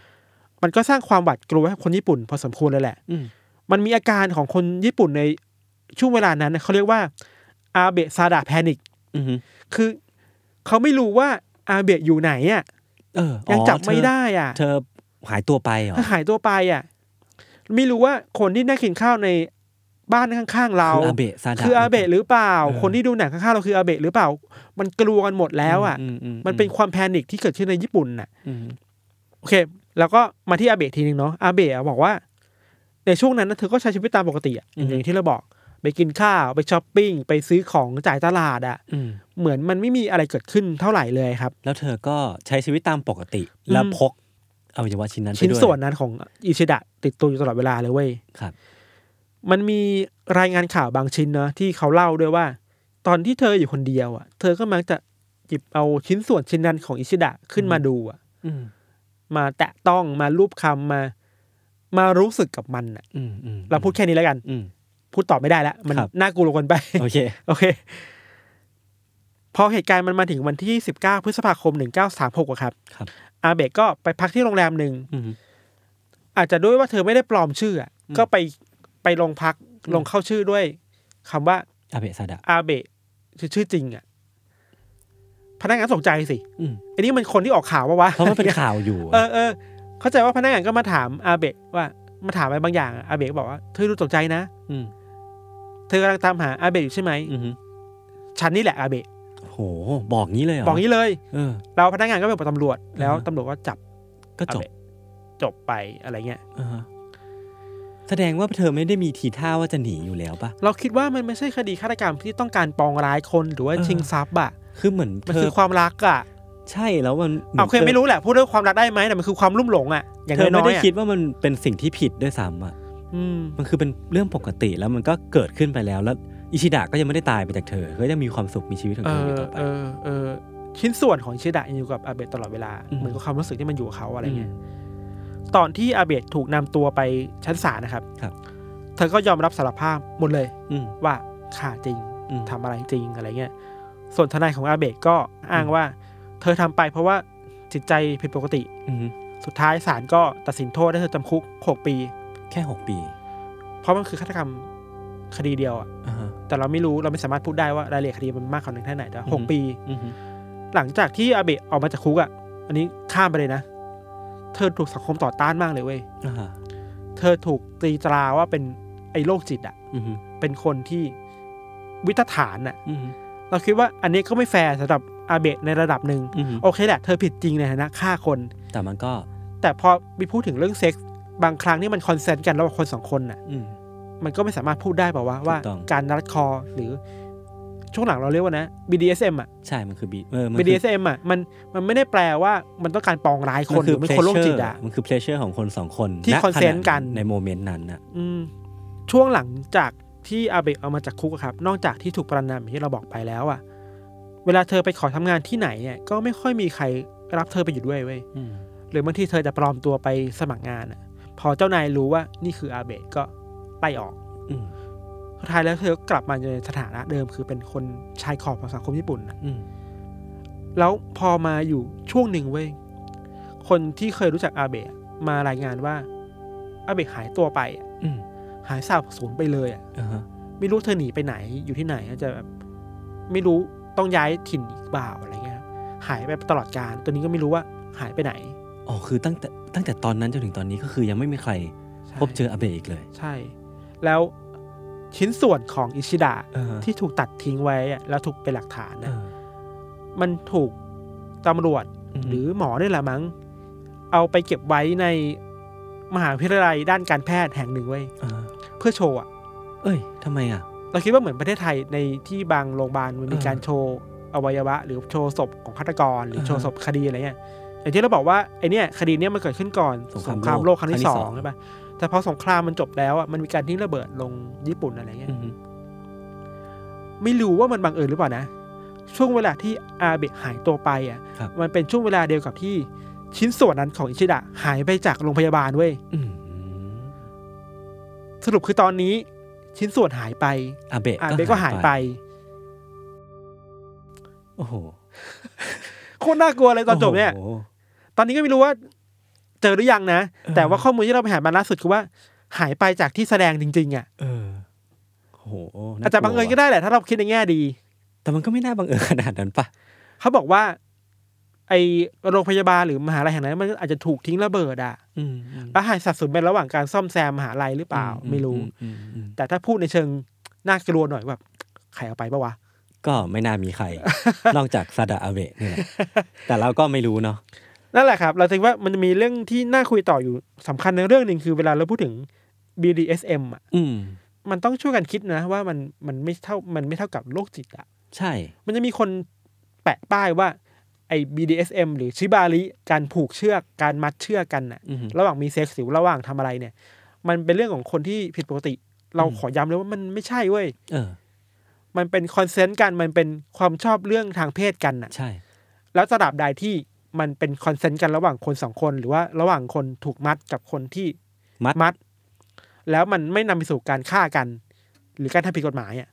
มันก็สร้างความหวาดกลัวให้กับคนญี่ปุ่นพอสมควรเลยแหละ อืม มันมีอาการของคนญี่ปุ่นในช่วงเวลานั้นนะเขาเรียกว่าอาเบะซาดะแพนิค อืม คือเขาไม่รู้ว่าอาเบะอยู่ไหนอ่ะ เอออ๋อ ยังจับไม่ได้อ่ะ เธอเธอหายตัวไปเหรอ ถ้าหายตัวไปอ่ะไม่รู้ว่าคนที่นั่งกินข้าวในบ้านข้างๆเรา คืออาเบะซาดะ คืออาเบะหรือเปล่า เออ คนที่ดูหนังข้างๆเราคืออาเบะหรือเปล่า มันกลัวกันหมดแล้วอ่ะ มอื มันเป็นความแพนิคที่เกิดขึ้นในญี่ปุ่นน่ะ อืม โอเค แล้วก็มาที่อาเบะทีนึงเนาะอาเบะบอกว่า ในช่วงนั้นนะเธอก็ใช้ชีวิตตามปกติอะอย่างที่เราบอก ไปกินข้าว ไปช้อปปิ้ง ไปซื้อของจ่ายตลาดอะ อืม เหมือนมันไม่มีอะไรเกิดขึ้นเท่าไหร่เลยครับ แล้วเธอก็ใช้ชีวิตตามปกติ แล้ว อืม พกอวัยวะชิ้นนั้นไป ชิ้น ด้วย ส่วนนั้นของอิชิดะติดตัวอยู่ตลอดเวลาเลยเว้ย ครับ มันมีรายงานข่าวบางชิ้นเนาะที่เขาเล่าด้วยว่า ตอนที่เธออยู่คนเดียวอะเธอก็มักจะหยิบเอาชิ้นส่วนชิ้นนั้นของอิชิดะขึ้นมาดูอะ อืม มาแตะต้องมารูปคำมา มารู้สึกกับมันอะ อืมอืม เราพูดแค่นี้แล้วกัน อืม พูดต่อไม่ได้แล้ว มัน ครับ น่ากลัวกันไป โอเค โอเค พอเหตุการณ์มันมาถึงวันที่ 19 พฤษภาคม 1936อะครับ ครับ อาเบะก็ไปพักที่โรงแรมหนึ่ง อืม อาจจะด้วยว่าเธอไม่ได้ปลอมชื่ออะ อืม ก็ไปไปลงพักลงเข้าชื่อด้วยคำว่า อาเบะซาดะ อาเบะคือชื่อจริงอะพนักงานตกใจสิ อืม อันนี้มันคนที่ออกข่าวปะวะ เพราะมันเป็นข่าวอยู่ เออเออเข้าใจว่าพนักงานก็มาถามอาเบะว่ามาถามอะไรบางอย่างอะอาเบะก็บอกว่าเธอดูตกใจนะ อืม เธอกำลังตามหาอาเบะอยู่ใช่ไหม อืม ฉันนี่แหละอาเบะ โห บอกงี้เลยเหรอ บอกงี้เลย เออ เราพนักงานก็ไปบอกตำรวจแล้ว อ่าฮะ ตำรวจก็จับ ก็จบ อาเะจบไปอะไรเงี้ย อ่าฮะแสดงว่าเธอไม่ได้มีทีท่าว่าจะหนีอยู่แล้วปะ เราคิดว่ามันไม่ใช่คดีฆาตกรรมที่ต้องการปองร้ายคนหรือว่า เออ ชิงทรัพย์อะ คือเหมือน มัน เธ คืออความรักอะ ใช่แล้วมันหน เอาเคยไม่รู้แหละพูดเรื่องความรักได้ไหมแต่มันคือความลุ่มหลงอะอย่าง เธอ น้ ไม่ อ ได้ ยๆอะ คิดว่ามันเป็นสิ่งที่ผิดด้วยซ้ำอ่ะ อืม มันคือเป็นเรื่องปกติแล้วมันก็เกิดขึ้นไปแล้ว แล้วอิชิดะก็ยังไม่ได้ตายไปจากเธอก็ยังมีความสุขมีชีวิตของเธเอออยู่ อ ต่อไป เออเออชิ้นส่วนของอิชิดะยังอยู่กับอาเบะตลอดเวลา อืม เหมือนกับความรู้สึกที่มันอยู่กับเขาอะไรเงี้ย ตอนที่อาเบะถูกนำตัวไปชั้นศาลนะครับ ครับ เธอก็ยอมรับสารภาพหมดเลย อืม ว่าฆ่าจริง อืม ทำอะไรจริงอะไรเงี้ย ส่วนทนายของอาเบะก็อ้างว่า เธอทำไปเพราะว่าจิตใจผิดปกติ อืม สุดท้ายศาลก็ตัดสินโทษให้เธอจำคุก 6 ปี แค่หกปี เพราะมันคือฆาตกรรมคดีเดียวอะ อ่าฮะ แต่เราไม่รู้เราไม่สามารถพูดได้ว่ารายละเอียดคดีมันมากขนาดไหนแค่ไหนแต่ว่าหก อืม ปี อืม หลังจากที่อาเบะออกมาจากคุกอ่ะ อันนี้ข้ามไปเลยนะ เธอถูกสังคมต่อต้านมากเลยเว้ย อ่าฮะ เธอถูกตีตราว่าเป็นไอ้โรคจิตอ่ะ อืม เป็นคนที่วิตฐานอ่ะ อืม เราคิดว่าอันนี้ก็ไม่แฟร์สำหรับอาเบะในระดับหนึ่ง อืม โอเคแหละ เธอผิดจริงในฐานะฆ่าคน แต่มันก็ แต่พอไปพูดถึงเรื่องเซ็กส์บางครั้งนี่มันคอนเซนต์กันระหว่างคนสองคนน่ะ อืม มันก็ไม่สามารถพูดได้เปล่าวะว่า ถูกต้อง การรัดคอหรือ ช่วงหลังเราเรียกว่านะ BDSM อ่ะ ใช่มันคือบีเออมันคือ BDSM อ่ะมันมันไม่ได้แปลว่ามันต้องการปองร้ายคนหรือเป็นคนโรคจิตอ่ะ มันคือเพลเชอร์ของคนสองคน ที่ ณ consent ขณะ กัน ในโมเมนต์นั้นน่ะ อืมช่วงหลังจากที่อาเบะเอามาจากคุกอะครับ นอกจากที่ถูกประนามอย่างที่เราบอกไปแล้วอ่ะ เวลาเธอไปขอทำงานที่ไหนเนี่ยก็ไม่ค่อยมีใครรับเธอไปอยู่ด้วยเว้ย อืม หรือบางทีเธอจะปลอมตัวไปสมัครงานอะพอเจ้านายรู้ว่านี่คืออาเบะก็ไล่ออก อืม สุดท้ายแล้วเธอก็กลับมาอยู่ในสถานะเดิม คือเป็นคนชายขอบของสังคมญี่ปุ่นนะ อืม แล้วพอมาอยู่ช่วงหนึ่งเว้ย คนที่เคยรู้จักอาเบะมารายงานว่า อาเบะหายตัวไปอะ อืม หายสาบสูญไปเลยอะ อ่าฮะ ไม่รู้เธอหนีไปไหนอยู่ที่ไหนอาจจะแบบไม่รู้ต้องย้ายถิ่นอีกบ่าวอะไรเงี้ยครับหายไปตลอดการตัวนี้ก็ไม่รู้ว่าหายไปไหน อ๋อคือตั้งแต่ตั้งแต่ตอนนั้นจนถึงตอนนี้ก็คือยังไม่มีใคร ใช่ พบเจออาเบะอีกเลย ใช่ แล้วชิ้นส่วนของอิชิดะ อ่าฮะ ที่ถูกตัดทิ้งไว้อะแล้วถูกเป็นหลักฐาน เอ นะ อ มันถูกตำรวจ ม หรือหมอนี่แหละมั้ง เอาไปเก็บไว้ในมหาวิทยาลัยด้านการแพทย์แห่งหนึ่งไว้ย อ่าฮะ เพื่อโชว์อะ เอ้ยทำไมอ่ะ เราคิดว่าเหมือนประเทศไทยในที่บางโรงพยาบาลมันมี เออ การโชว์อวัยวะ หรือโชว์ศพของฆาตกร หรือ เออ โชว์ศพคดีอะไรเงี้ยอย่างที่เราบอกว่าไอเนี่ยคดีเนี่ยมันเกิดขึ้นก่อน สงคราม โลกครั้งที่ โลกครั้งที่สอสองง ใช่ปะแต่พอสงครามมันจบแล้วอะมันมีการทิ้งระเบิดลงญี่ปุ่นอะไรเงี้ย อืม ไม่รู้ว่ามันบังเอิญหรือเปล่านะ ช่วงเวลาที่อาเบะหายตัวไปอ่ะ ครับ มันเป็นช่วงเวลาเดียวกับที่ชิ้นส่วนนั้นของอิชิดะหายไปจากโรงพยาบาลเว้ย อืม สรุปคือตอนนี้ชิ้นส่วนหายไป อาเบะ อาเบะก็หายไป โอ้โห โคตรน่ากลัวเลยตอนจบเนี่ย โอ้โห ตอนนี้ก็ไม่รู้ว่า เจอหรือยังนะ เออ แต่ว่าข้อมูลที่เราไปหามาล่าสุดคือว่า หายไปจากที่แสดงจริงๆอ่ะ เออโอ้โหน่ อาจจะบังเอิญก็ได้แหละถ้าเราคิดในแง่ดี แต่มันก็ไม่น่าบังเอิญขนาดนั้นปะ เขาบอกว่า ไอโรงพยาบาลหรือมหาลัยแห่งนั้นมันอาจจะถูกทิ้งระเบิดอ่ะ อืม แล้วหายสับสนไประหว่างการซ่อมแซมมหาลัยหรือเปล่า ไม่รู้ อืมอืม แต่ถ้าพูดในเชิงน่ากลัวหน่อยแบบใครเอาไปปะวะ ก็ไม่น่ามีใคร นอกจากซาดะอาเบะนี่แหละ แต่เราก็ไม่รู้เนาะ นั่นแหละครับ เราคิดว่ามันจะมีเรื่องที่น่าคุยต่ออยู่สำคัญในเรื่องหนึ่งคือเวลาเราพูดถึง BDSM อ่ะ อืม มันต้องช่วยกันคิดนะ ว่ามันมันไม่เท่ามันไม่เท่ากับโรคจิตอ่ะ ใช่ มันจะมีคนแปะป้ายว่าไอ้ BDSM หรือชิบาริการผูกเชือกการมัดเชือกกันน่ะ อืม ระหว่างมีเซ็กซ์หรือระหว่างทำอะไรเนี่ย มันเป็นเรื่องของคนที่ผิดปกติ เรา อืม ขอย้ำเลยว่ามันไม่ใช่เว้ย เออ มันเป็นคอนเซนต์กัน มันเป็นความชอบเรื่องทางเพศกันน่ะ ใช่ แล้วระดับใดที่มันเป็นคอนเซนต์กันระหว่างคนสองคน หรือว่าระหว่างคนถูกมัดกับคนที่ มัด มัด แล้วมันไม่นำไปสู่การฆ่ากัน หรือการทำผิดกฎหมายอ่ะ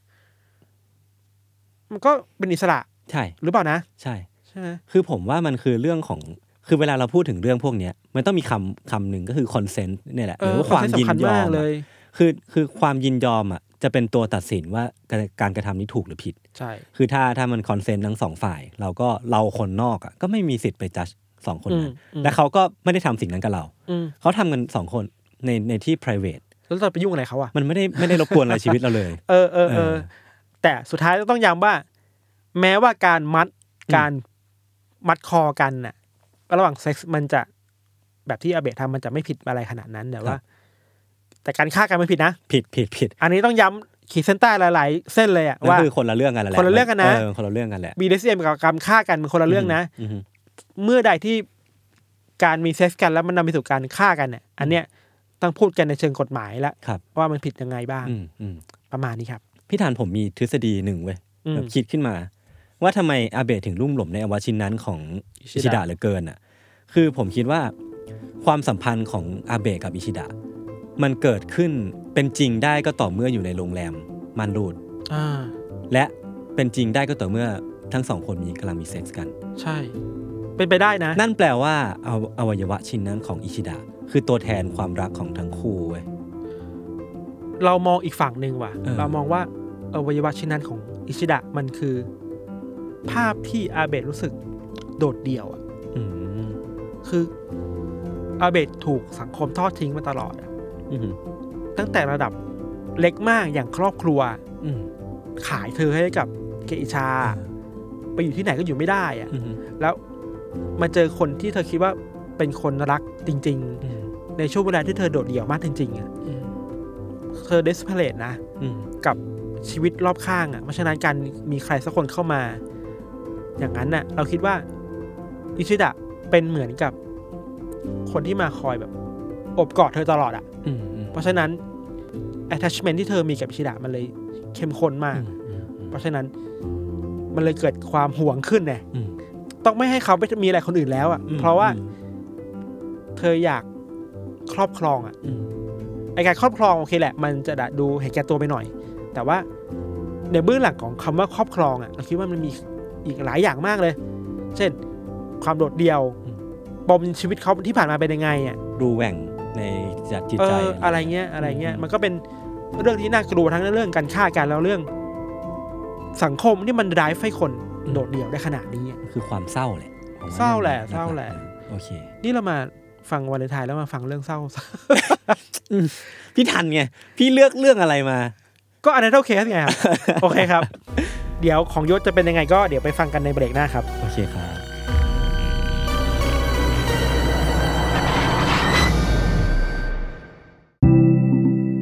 มันก็เป็นอิสระ ใช่ หรือเปล่านะ ใช่ ใช่ไหม คือผมว่ามันคือเรื่องของ คือเวลาเราพูดถึงเรื่องพวกเนี้ย มันต้องมีคำคำหนึ่งก็คือ consent เนี่ยแหละ หรือว่าความ เออ ยิน สำคัญ ยอ มาก ม เล อะ ย คือคือความยินยอมอ่ะ จะเป็นตัวตัดสินว่าการการกระทำนี้ถูกหรือผิด ใช่ คือถ้าถ้ามัน consent ทั้งสองฝ่าย เราก็เราคนนอกอ่ะ ก็ไม่มีสิทธิ์ไปจัดสองคนนั้น อืมอืม และเขาก็ไม่ได้ทำสิ่งนั้นกับเรา อืม เขาทำกันสองคนในในที่ private แล้วเราไปยุ่งอะไรเขาอ่ะ มันไม่ได้ไม่ได้รบกวนอะไรชีวิตเราเลย เออเออเอ เอ อ อ แต่สุดท้ายก็ต้องย้ำว่า แม้ว่าการมัดการมัดคอกันน่ะ ระหว่างเซ็กซ์มันจะแบบที่อาเบะทำมันจะไม่ผิดอะไรขนาดนั้นแต่ว่า แต่การฆ่ากันไม่ผิดนะ ผิดผิดผิด อันนี้ต้องย้ำขีดเส้นใต้หลาย ๆ เส้นเลยอะ นั่น ว่า คือคนละเรื่องกันแหละ คนละเรื่องกันนะ อคนละเรื่องกันแหละ บีดเซียมกับการฆ่ากันมันคนละเรื่องนะ อืม เมื่อใดที่การมีเซ็กซ์กันแล้วมันนำไปสู่การฆ่ากันเนี่ยอันเนี้ย ต้องพูดกันในเชิงกฎหมายละ ครับ ว่ามันผิดยังไงบ้าง อืมอืม ประมาณนี้ครับ พี่ฐานผมมีทฤษฎีหนึ่งเว้ย อืม แบบคิดขึ้นมา ว่าทำไมอาเบะถึงลุ่มหลงในอวะชิ้นนั้นของ อิ อิ ชิดะ ชิดะเหลือเกินอ่ะ คือผมคิดว่าความสัมพันธ์ของอาเบะกับอิชิดะมันเกิดขึ้นเป็นจริงได้ก็ต่อเมื่ออยู่ในโรงแรมมันรูด อ่า และเป็นจริงได้ก็ต่อเมื่อทั้งสองคนมีกำลังมีเซ็กซ์กัน ใช่ เป็นไปได้นะ นั่นแปลว่าเอาอวัยวะชิ้นนั้นของอิชิดะคือตัวแทนความรักของทั้งคู่เว้ย เรามองอีกฝั่งหนึ่งว่ะ เออ เรามองว่าอวัยวะชิ้นนั้นของอิชิดะมันคือ ภาพที่อาเบะรู้สึกโดดเดี่ยวอะ อืม คืออาเบะถูกสังคมทอดทิ้งมาตลอดอะ อืม ตั้งแต่ระดับเล็กมากอย่างครอบครัว อืม ขายเธอให้กับเกอิชา ไปอยู่ที่ไหนก็อยู่ไม่ได้อะ อืม แล้วมาเจอคนที่เธอคิดว่าเป็นคนรักจริง อืม ๆ ในช่วงเวลาที่เธอโดดเดี่ยวมากจริงๆอะ อืม เธอเดสเพลตนะ อืม กับชีวิตรอบข้างอะ่ะเพราะฉะนั้นการมีใครสักคนเข้ามา อย่างนั้นน่ะ เราคิดว่าอิชิดะเป็นเหมือนกับคนที่มาคอยแบบอบกอดเธอตลอดอะ่ะ อืมอืม เพราะฉะนั้น attachment ที่เธอมีกับอิชิดะมันเลยเข้มข้นมาก อืม เพราะฉะนั้นมันเลยเกิดความห่วงขึ้นไง อืม ต้องไม่ให้เขาไปมีอะไรคนอื่นแล้วอะ่ะเพราะว่าเธออยากครอบครองอ่ะ อืม ไอการครอบครองโอเคแหละ มันจะดูเห็นแก่ตัวไปหน่อย แต่ว่าในเบื้องหลังของคำว่าครอบครองอะ่ะเราคิดว่ามันมีอีกหลายอย่างมากเลย เช่น ความโดดเดี่ยวปมชีวิตเขาที่ผ่านมาเป็นยังไงอ่ะ ดูแหว่งในจิตจิต เอ ใจ ออะไรเงี้ยอะไรเงี้ย อืม มันก็เป็นเรื่องที่น่ากลัวทั้งเรื่องการฆ่ากันแล้วเรื่อง สังคมที่มันร้ายให้คนโดดเดี่ยวได้ขนาดนี้อะ คือความเศร้าแหละผมว่ เศร้าแหละ นั่น เศร้าแหละ โอเค นี่เรามาฟังวันเลนไทน์แล้วมาฟังเรื่องเศร้า พี่ทันไง พี่เลือกเรื่องอะไรมา ก็อันนั้นเท่าเคสไงครับ โอเคครับ เดี๋ยวของยศจะเป็นยังไงก็เดี๋ยวไปฟังกันในเบรกหน้าครับ โอเคครับ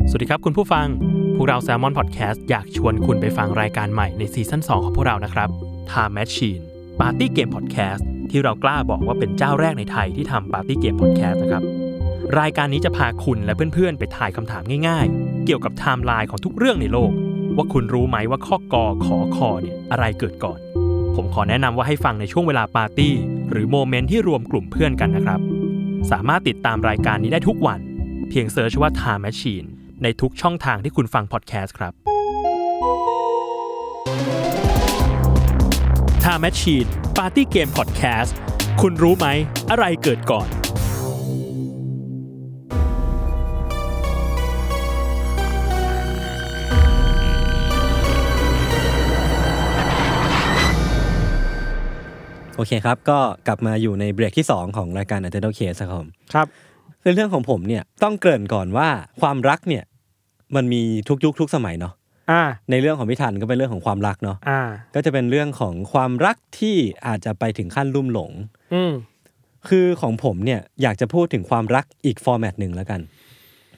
สวัสดีครับคุณผู้ฟัง พวกเรา s ซ l m o n Podcast อยากชวนคุณไปฟังรายการใหม่ในซีซั่น2 ของพวกเรานะครับ Time Machine Party Game Podcast ที่เรากล้าบอกว่าเป็นเจ้าแรกในไทยที่ทำ Party Game Podcast นะครับ รายการนี้จะพาคุณและเพื่อนๆ ไปถ่ายคำถามง่ายๆ เกี่ยวกับไทม์ไลน์ของทุกเรื่องในโลก ว่าคุณรู้ไหมว่าข้อกอขอคอเนี่ยอะไรเกิดก่อน ผมขอแนะนำว่าให้ฟังในช่วงเวลาปาร์ตี้ หรือโมเมนต์ที่รวมกลุ่มเพื่อนกันนะครับ สามารถติดตามรายการนี้ได้ทุกวัน เพียงเซิร์ชว่า Time Machine ในทุกช่องทางที่คุณฟังพอดแคสต์ครับ Time Machine Party Game Podcast คุณรู้ไหม อะไรเกิดก่อน โอเคครับ ก็กลับมาอยู่ในเบรกที่ 2 ของรายการ a t t e n d a l Case ครับผม ครับ คือเรื่องของผมเนี่ยต้องเกริ่นก่อนว่าความรักเนี่ยมันมีทุกยุคทุกสมัยเนาะ อ่า ในเรื่องของพิธันก็เป็นเรื่องของความรักเนาะ อ่า ก็จะเป็นเรื่องของความรักที่อาจจะไปถึงขั้นลุ่มหลง อืม คือของผมเนี่ยอยากจะพูดถึงความรักอีกฟอร์แมตหนึ่งแล้วกัน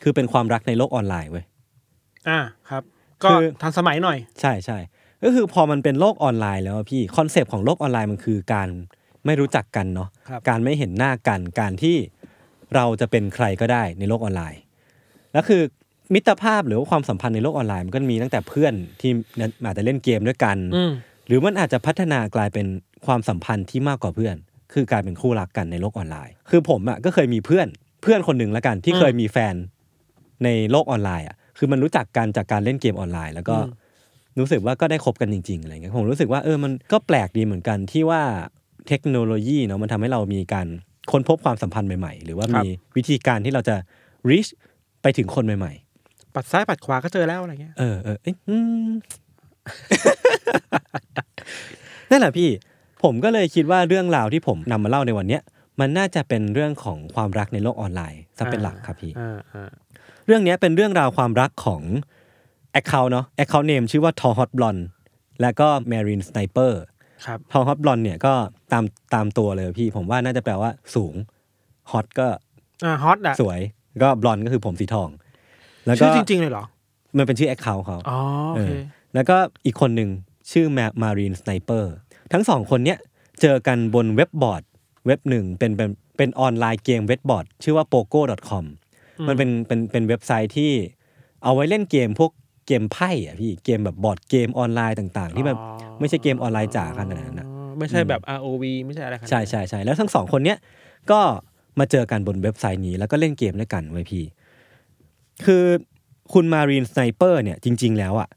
คือเป็นความรักในโลกออนไลน์เว้ย อ่า ครับ ก็ คือ ทันสมัยหน่อย ใช่ใช่ก็คือพอมันเป็นโลกออนไลน์แล้วอะพี่คอนเซปต์ของโลกออนไลน์มันคือการไม่รู้จักกันเนาะ ครับ การไม่เห็นหน้ากันการที่เราจะเป็นใครก็ได้ในโลกออนไลน์แล้วคือมิตรภาพหรือว่าความสัมพันธ์ในโลกออนไลน์มันก็มีตั้งแต่เพื่อนที่อาจจะเล่นเกมด้วยกัน อืม หรือมันอาจจะพัฒนากลายเป็นความสัมพันธ์ที่มากกว่าเพื่อน คือกลายเป็นคู่รักกันในโลกออนไลน์ คือผมอะ่ะก็เคยมีเพื่อนเพื่อนคนหนึ่งละกันที่ อืม เคยมีแฟนในโลกออนไลน์อะ่ะ คือมันรู้จักกันจากการเล่นเกมออนไลน์ แล้วก็ อืม รู้สึกว่าก็ได้คบกันจริงๆอะไรเงี้ยผมรู้สึกว่าเออมันก็แปลกดีเหมือนกันที่ว่าเทคโนโลยีเนาะมันทำให้เรามีการค้นพบความสัมพันธ์ใหม่ๆ หรือว่ามีวิธีการที่เราจะ reach ไปถึงคนใหม่ ปัดซ้ายปัดขวาก็เจอแล้วอะไรเงี้ย ๆเออเออเอยอืม นั่นแหละพี่ผมก็เลยคิดว่าเรื่องราวที่ผมนำมาเล่าในวันเนี้ยมันน่าจะเป็นเรื่องของความรักในโลกออนไลน์ซะเป็นหลักครับพี่ อ่า อ่า เรื่องเนี้ยเป็นเรื่องราวความรักของ Account เนาะ Account name ชื่อว่า t o Hot Blonde และก็ Marine Sniper ครับ t o Hot Blonde เนี่ยก็ตามตามตัวเลยพี่ ผมว่าน่าจะแปลว่าสูง Hot ก็ อ่า ฮอตอ่ะ สวยก็ Blonde ก็คือผมสีทอง แล้วก็ ชื่อจริง ๆ เลยเหรอ มันเป็นชื่อ Account เขา อ๋อ โอเค เออ แล้วก็อีกคนหนึ่งชื่อแมมารีนสไนเปอร์ทั้งสองคนเนี้ยเจอกันบนเว็บบอร์ดเว็บหนึ่งเป็นเป็นเป็นออนไลน์เกมเว็บบอร์ดชื่อว่า pogo.com อืม มันเป็นเป็นเป็นเว็บไซต์ที่เอาไว้เล่นเกมพวกเกมไพ่อะพี่เกมแบบบอร์ดเกมออนไลน์ต่าง ๆ ที่แบบไม่ใช่เกมออนไลน์จ๋าขนาดนั้นอะ อ๋อไม่ใช่แบบ ROV ไม่ใช่อะไรขนาดนั้น ใช่ใช่ใช่แล้วทั้งสองคนเนี้ยก็มาเจอกันบนเว็บไซต์นี้แล้วก็เล่นเกมด้วยกันไว้ยพี่ คือคุณมารีนสไนเปอร์เนี่ยจริง ๆ แล้วอะ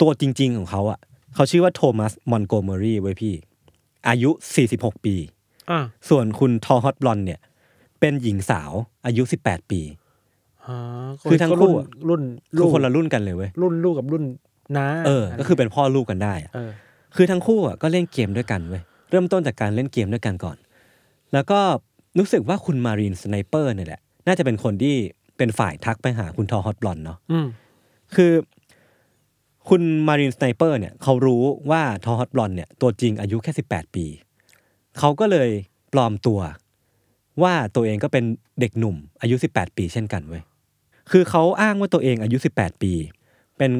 ตัวจริง ๆ ของเขาอะเขาชื่อว่าโทมัสมอนโกเมอรีไว้ยพี่ อายุ 46 ปี อ่า ส่วนคุณทอฮอตบลอนเนี่ยเป็นหญิงสาวอายุ 18 ปี อ๋อ คือทั้งคู่อะ รุ่น คื ลู อก คนละรุ่นกันเลยเว้ย รุ่นลูกกับรุ่นน้า เออ ก็คือเป็นพ่อลูกกันได้อะ เออ คือทั้งคู่อะก็เล่นเกมด้วยกันเว้ยเริ่มต้นจากการเล่นเกมด้วยกันก่อน แล้วก็รู้สึกว่าคุณมารีนสไนเปอร์เนี่ยแหละ น่าจะเป็นคนที่เป็นฝ่ายทักไปหาคุณทอฮอตบลอนเนาะ อืม คือ คุณมารีนสไนเปอร์เนี่ยเขารู้ว่าทอฮอตบลอนเนี่ยตัวจริงอายุแค่ 18 ปี เขาก็เลยปลอมตัว ว่าตัวเองก็เป็นเด็กหนุ่ม อายุ 18 ปีเช่นกันเว้ยคือเขาอ้างว่าตัวเองอายุ 18 ปี เป็น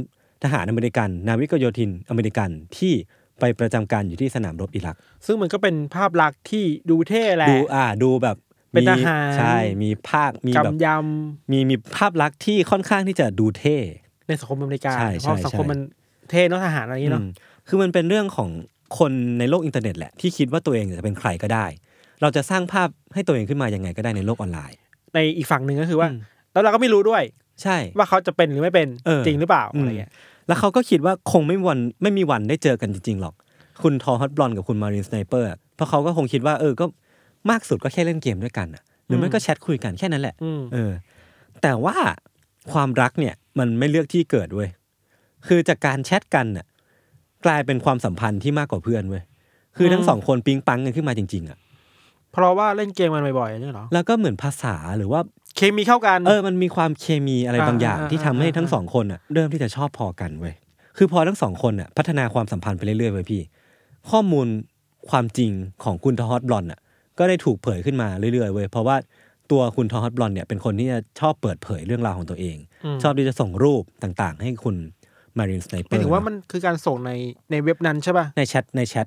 ทหารอเมริกัน นาวิกโยธินอเมริกันที่ไปประจำการอยู่ที่สนามรบอิรัก ซึ่งมันก็เป็นภาพลักษณ์ที่ดูเท่แหละ ดูอ่าดูแบบ เป็น มี ทหาร ใช่มีภาคมีแบบ กำย มีมีภาพลักษณ์ที่ค่อนข้างที่จะดูเท่ ำในสังคมอเมริกา ใช่ เพราะ ใช่ สังคม ใช่ มันเท่เนอะทหารอะไรอย่างงี้เนาะ อืมคือมันเป็นเรื่องของคนในโลกอินเทอร์เน็ตแหละ ที่คิดว่าตัวเองจะเป็นใครก็ได้ เราจะสร้างภาพให้ตัวเองขึ้นมายังไงก็ได้ในโลกออนไลน์ ในอีกฝั่งหนึ่งก็คือว่า อืม แล้วเราก็ไม่รู้ด้วย ใช่ ว่าเขาจะเป็นหรือไม่เป็น เออ จริงหรือเปล่าอะไรเงี้ย แล้วเขาก็คิดว่าคงไม่มีวันไม่มีวันได้เจอกันจริงๆหรอก คุณทอฮอตบลอนกับคุณมารินสไนเปอร์เพราะเขาก็คงคิดว่าเออก็มากสุดก็แค่เล่นเกมด้วยกันน่ะหรือไม่ก็แชทคุยกันแค่นั้นแหละ อืม เออ แต่ว่าความรักเนี่ยมันไม่เลือกที่เกิดเว้ย คือจากการแชทกันน่ะกลายเป็นความสัมพันธ์ที่มากกว่าเพื่อนเว้ย คือทั้งสองคนปิ๊งปังกันขึ้นมาจริงๆอ่ะ เพราะว่าเล่นเกมมันบ่อยๆเนี่ยเหรอ แล้วก็เหมือนภาษาหรือว่า เคมีเข้ากัน เออ มันมีความเคมีอะไรบางอย่าง อ่า ที่ทำให้ อ่า ทั้งสองคนอ่ะเริ่มที่จะชอบพอกันเว้ย คือพอทั้งสองคนอ่ะพัฒนาความสัมพันธ์ไปเรื่อยๆเว้ยพี่ ข้อมูลความจริงของคุณทอฮอตบลอนด์อ่ะ ก็ได้ถูกเผยขึ้นมาเรื่อยๆเว้ย เพราะว่าตัวคุณทอฮอตบลอนด์เนี่ยเป็นคนที่จะชอบเปิดเผยเรื่องราวของตัวเอง ม ชอบที่จะส่งรูปต่างๆ ให้คุณมารินสไน ห เปอ มาย ร์ ถึงว่ามันคือการส่งในในเว็บนั้นใช่ป่ะ ในแชทในแชท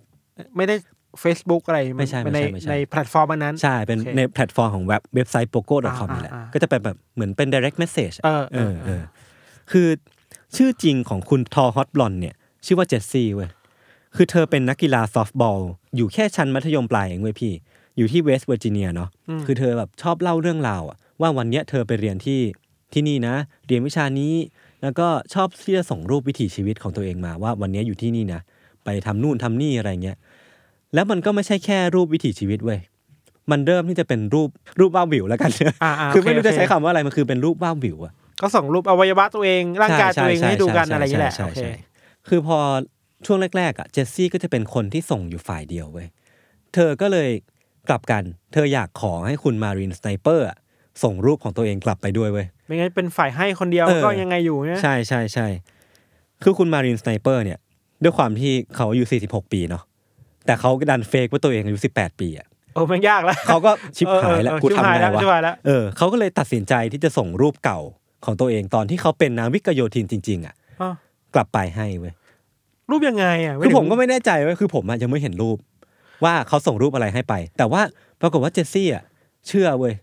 ไม่ได้ Facebook อะไรน ไม่ใช่ไม่ ใน ใช่ไม่ใช่ ในแพลตฟอร์มอันนั้น ใช่เป็น โอเค ในแพลตฟอร์มของเว็บเว็บไซต์ pogo.com อ่า นี่แหละ อ่าอ่า ก็จะเป็นแบบเหมือนเป็น direct message อะ เออ เออเออคือชื่อจริงของคุณทอฮอตบลอนเนี่ย ชื่อว่าเจสซี่เว้ย คือเธอเป็นนักกีฬาซอฟต์บอล อยู่แค่ชั้นมัธยมปลายเองเว้ยพี่ อยู่ที่เวสต์เวอร์จิเนียเนาะคือเธอแบบชอบเล่าเรื่องราวอะว่าวันเนี้ยเธอไปเรียนที่ที่นี่นะ เรียนวิชานี้ แล้วก็ชอบที่จะส่งรูปวิถีชีวิตของตัวเองมาว่าวันเนี้ยอยู่ที่นี่นะ ไปทำนู่นทำนี่อะไรเงี้ย แล้วมันก็ไม่ใช่แค่รูปวิถีชีวิตเว้ย มันเริ่มที่จะเป็นรูปรูปว้าบวิวแล้วกัน อ่าๆ คือไม่รู้ โเ จะใช้คำว่าอะไรมันคือเป็นรูปว้าบวิวอะ ก็ส่งรูปอวัยวะตัวเอง ร่างกาย ช่ ตัวเอง ช่ ให้ดูกัน ช่ อะไรอย่างเงี้ยแหละ ใช่ โอเค ใช่คือพอช่วงแรกๆอ่ะเจสซี่ก็จะเป็นคนที่ส่งอยู่ฝ่ายเดียวเว้ย เธอก็เลยกลับกัน เธออยากขอให้คุณมารินสไนเปอร์ส่งรูปของตัวเองกลับไปด้วยเว้ย ไม่งั้นเป็นฝ่ายให้คนเดียว เออ ก็ยังไงอยู่เนี่ย ใช่ใช่ใช่ คือคุณมารินสไนเปอร์เนี่ย ด้วยความที่เขาอายุ 46 ปีเนาะ แต่เขาดันเฟกว่าตัวเองอายุ 18 ปีอ่ะ โอ้มันยากแล้ว เขาก็ชิบหายแล้ว เออเออ กู ชิบ ทำ หาย ไง แล้ว วะ ชิบหายแล้ว เออเขาก็เลยตัดสินใจที่จะส่งรูปเก่าของตัวเองตอนที่เขาเป็นนาวิกโยธินจริง ๆอ่ะ อ้าว กลับไปให้เว้ย รูปยังไงอ่ะ คือผมก็ไม่แน่ใจเว่าคือผมอะยังไม่เห็นรูป ว่าเขาส่งรูปอะไรให้ไป แต่ว่าปรากฏว่าเจสซี่อะเชื่อเว้ย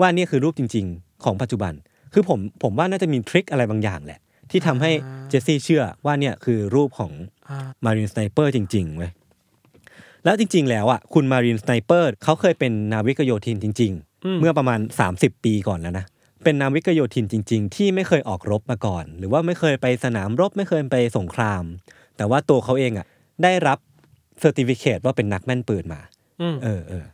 ว่านี่คือรูปจริง ๆ ของปัจจุบัน คือผมผมว่าน่าจะมีทริคอะไรบางอย่างแหละ ที่ทำให้เจสซี่เชื่อว่าเนี่ยคือรูปของ อ่า มารินสไนเปอร์จริงๆเว้ยแล้วจริง ๆ แล้วอ่ะคุณมารินสไนเปอร์เขาเคยเป็นนาวิกโยธินจริง ๆ เมื่อประมาณ 30 ปีก่อนแล้วนะเป็นนาวิกโยธินจริง ๆ ที่ไม่เคยออกรบมาก่อน หรือว่าไม่เคยไปสนามรบไม่เคยไปสงคราม แต่ว่าตัวเขาเองอ่ะได้รับเซอร์ติฟิเคตว่าเป็นนักแม่นปืนมา อืม เออเออ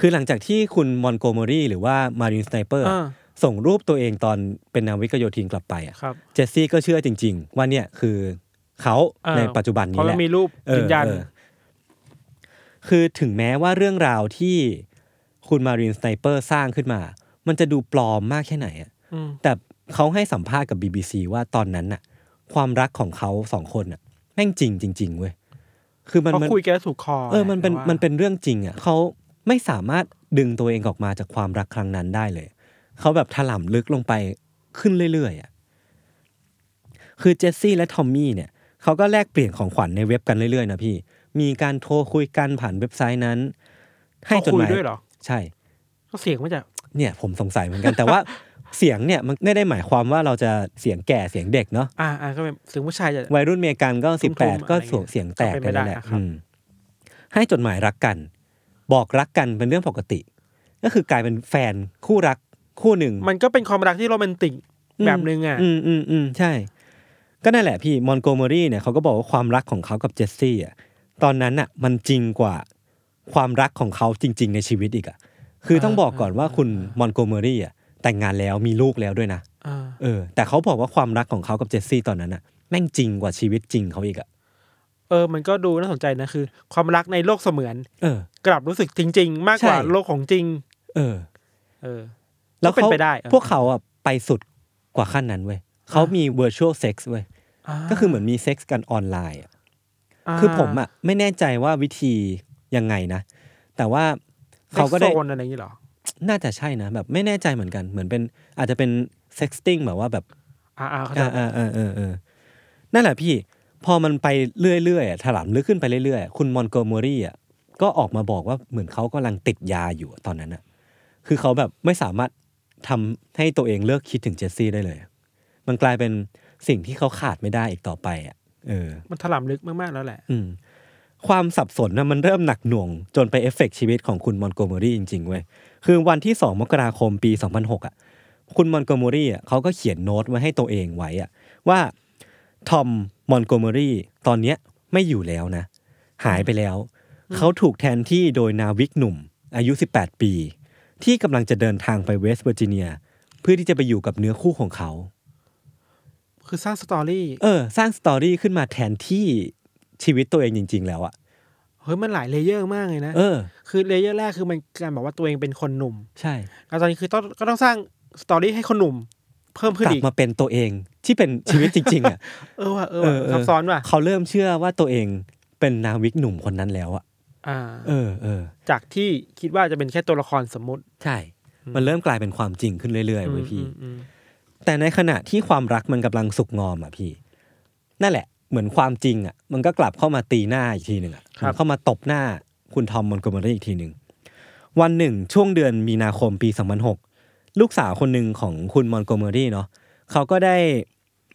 คือหลังจากที่คุณมอนโกเมอรี่หรือว่ามารินสไนเปอร์ อ่า ส่งรูปตัวเองตอนเป็นนาวิกโยธินกลับไปอ่ะ ครับ เจสซี่ก็เชื่อจริง ๆ ว่าเนี่ยคือเขา เออ ในปัจจุบัน เพ นี้ ราะ แห มั ละ นมีรูป เออ ยืนยัน เออคือถึงแม้ว่าเรื่องราวที่คุณมารินสไนเปอร์สร้างขึ้นมา มันจะดูปลอมมากแค่ไหนอ่ะ ม แต่เขาให้สัมภาษณ์กับ BBC ว่าตอนนั้นน่ะ ความรักของเขาสองคนน่ะแม่งจริงจริงๆเว้ยคือมัน เขา มัน คุยกันแล้วถูกคอ เออมันเป็น แต่ว่า มันเป็นเรื่องจริงอ่ะเขาไม่สามารถดึงตัวเองออกมาจากความรักครั้งนั้นได้เลย เขาแบบถล่มลึกลงไปขึ้นเรื่อยๆอ่ะคือเจสซี่และทอมมี่เนี่ยเขาก็แลกเปลี่ยนของขวัญในเว็บกันเรื่อยๆนะพี่ มีการโทรคุยกันผ่านเว็บไซต์นั้น ให้จด เขาคุ ห ย มาย ด้วยเหรอ ใช่ ก็เสียงมาจาก เนี่ยผมสงสัยเหมือนกันแต่ว่า เสียงเนี่ยมันไม่ได้หมายความว่าเราจะเสียงแก่เสียงเด็กเนาะ อ่าอ่าก็เป็นถึงผู้ชายจะ วัยรุ่นอเมริกันก็ ทุ่ สิ ม บ ๆ แปดก็ อะไรอย่างเงี้ย สวงเสียงแตก ก็เป็น ไป ไปได้ นั่นแหละ ครับ อืมให้จดหมายรักกัน บอกรักกันเป็นเรื่องปกติ ก็คือกลายเป็นแฟนคู่รักคู่หนึ่ง มันก็เป็นความรักที่โรแมนติก อืม แบบนึงอ่ะ อืมอืมอืมใช่ ก็นั่นแหละพี่มอนโกเมอรี่เนี่ยเขาก็บอกว่าความรักของเขากับเจสซี่อ่ะตอนนั้นอ่ะมันจริงกว่าความรักของเขาจริง ๆ ในชีวิตอีกอ่ะคือต้องบอกก่อนว่าคุณมอนโกเมอรี่อ่ะแต่งงานแล้วมีลูกแล้วด้วยนะ อ่า เออแต่เขาบอกว่าความรักของเขากับเจสซี่ตอนนั้นอะแม่งจริงกว่าชีวิตจริงเขาอีกอะ เออ มันก็ดูน่าสนใจนะคือ ความรักในโลกเสมือน เออ กลับรู้สึกจริง ๆ มากกว่า ใช่ โลกของจริง เออ เออ แล้ว ก็เป็น เขา ไปได้เออ พวกเขาอะไปสุดกว่าขั้นนั้นเว้ยเขามี virtual sex เว้ย า ก็คือเหมือนมีเซ็กซ์กันออนไลน์อะคือผมอะไม่แน่ใจว่าวิธียังไงนะ แต่ว่าเขาก็ได้ ซ็โซนอะไรอย่างนี้เหรอ น่าจะใช่นะ แบบไม่แน่ใจเหมือนกันเหมือนเป็นอาจจะเป็น sexting แบบว่าแบบ อ่าอ่าเขาใจ อ่าอ่าอ่าอ่าอ่านั่นแหละพี่ พอมันไปเรื่อยๆอ่ะถลำลึกขึ้นไปเรื่อยๆอ่ะคุณมอนโกเมอรี่อ่ะก็ออกมาบอกว่าเหมือนเขากำลังติดยาอยู่อ่ะตอนนั้นอ่ะ คือเขาแบบไม่สามารถทำให้ตัวเองเลิกคิดถึงเจสซี่ได้เลยอ่ะมันกลายเป็นสิ่งที่เขาขาดไม่ได้อีกต่อไปอ่ะ เออ มันถลำลึกมากๆแล้วแหละ อืมความสับสนนะมันเริ่มหนักหน่วง จนไปเอฟเฟกต์ชีวิตของคุณมอนโกเมอรี่จริงๆเว้ยคือวันที่ 2 มกราคมปี 2006อ่ะคุณมอนโกเมอรี่อ่ะเขาก็เขียนโน้ตไว้ให้ตัวเองไว้อ่ะว่าทอมมอนโกเมอรี่ตอนเนี้ยไม่อยู่แล้วนะ หายไปแล้ว เขาถูกแทนที่โดยนาวิกหนุ่ม อายุ 18 ปี ที่กำลังจะเดินทางไปเวสต์เวอร์จิเนีย เพื่อที่จะไปอยู่กับเนื้อคู่ของเขา คือสร้างสตอรี่ เออ สร้างสตอรี่ขึ้นมาแทนที่ชีวิตตัวเองจริง ๆ แล้วอ่ะ เฮ้ย มันหลายเลเยอร์มากเลยนะ เออ คือเลเยอร์แรกคือมันการบอกว่าตัวเองเป็นคนหนุ่ม ใช่ แล้วตอนนี้คือต้องก็ต้องสร้างสตอรี่ให้คนหนุ่ม เพิ่มขึ้น กลับ อีก มาเป็นตัวเองที่ เป็นชีวิตจริง ๆ อ่ะ เออว่ะเออ เอ ว่ะ อเออ ซับซ้อนว่ะ เขาเริ่มเชื่อว่าตัวเองเป็นนาวิกหนุ่มคนนั้นแล้วอ่ะ อ่า เออเออ จากที่คิดว่าจะเป็นแค่ตัวละครสมมุติ ใช่ มันเริ่มกลายเป็นความจริงขึ้นเรื่อยๆเว้ยพี่ อืมอืมอืม แต่ในขณะที่ความรักมันกำลังสุกงอมอ่ะพี่ นั่นแหละ เหมือนความจริงอ่ะ มันก็กลับเข้ามาตีหน้าอีกทีหนึ่งอ่ะมันเข้ามาตบหน้าคุณทอมมอนโกเมอรี่อีกทีหนึ่งวันหนึ่ง ช่วงเดือนมีนาคมปี 2006 ลูกสาวคนหนึ่งของคุณมอนโกเมอรี่เนาะเขาก็ได้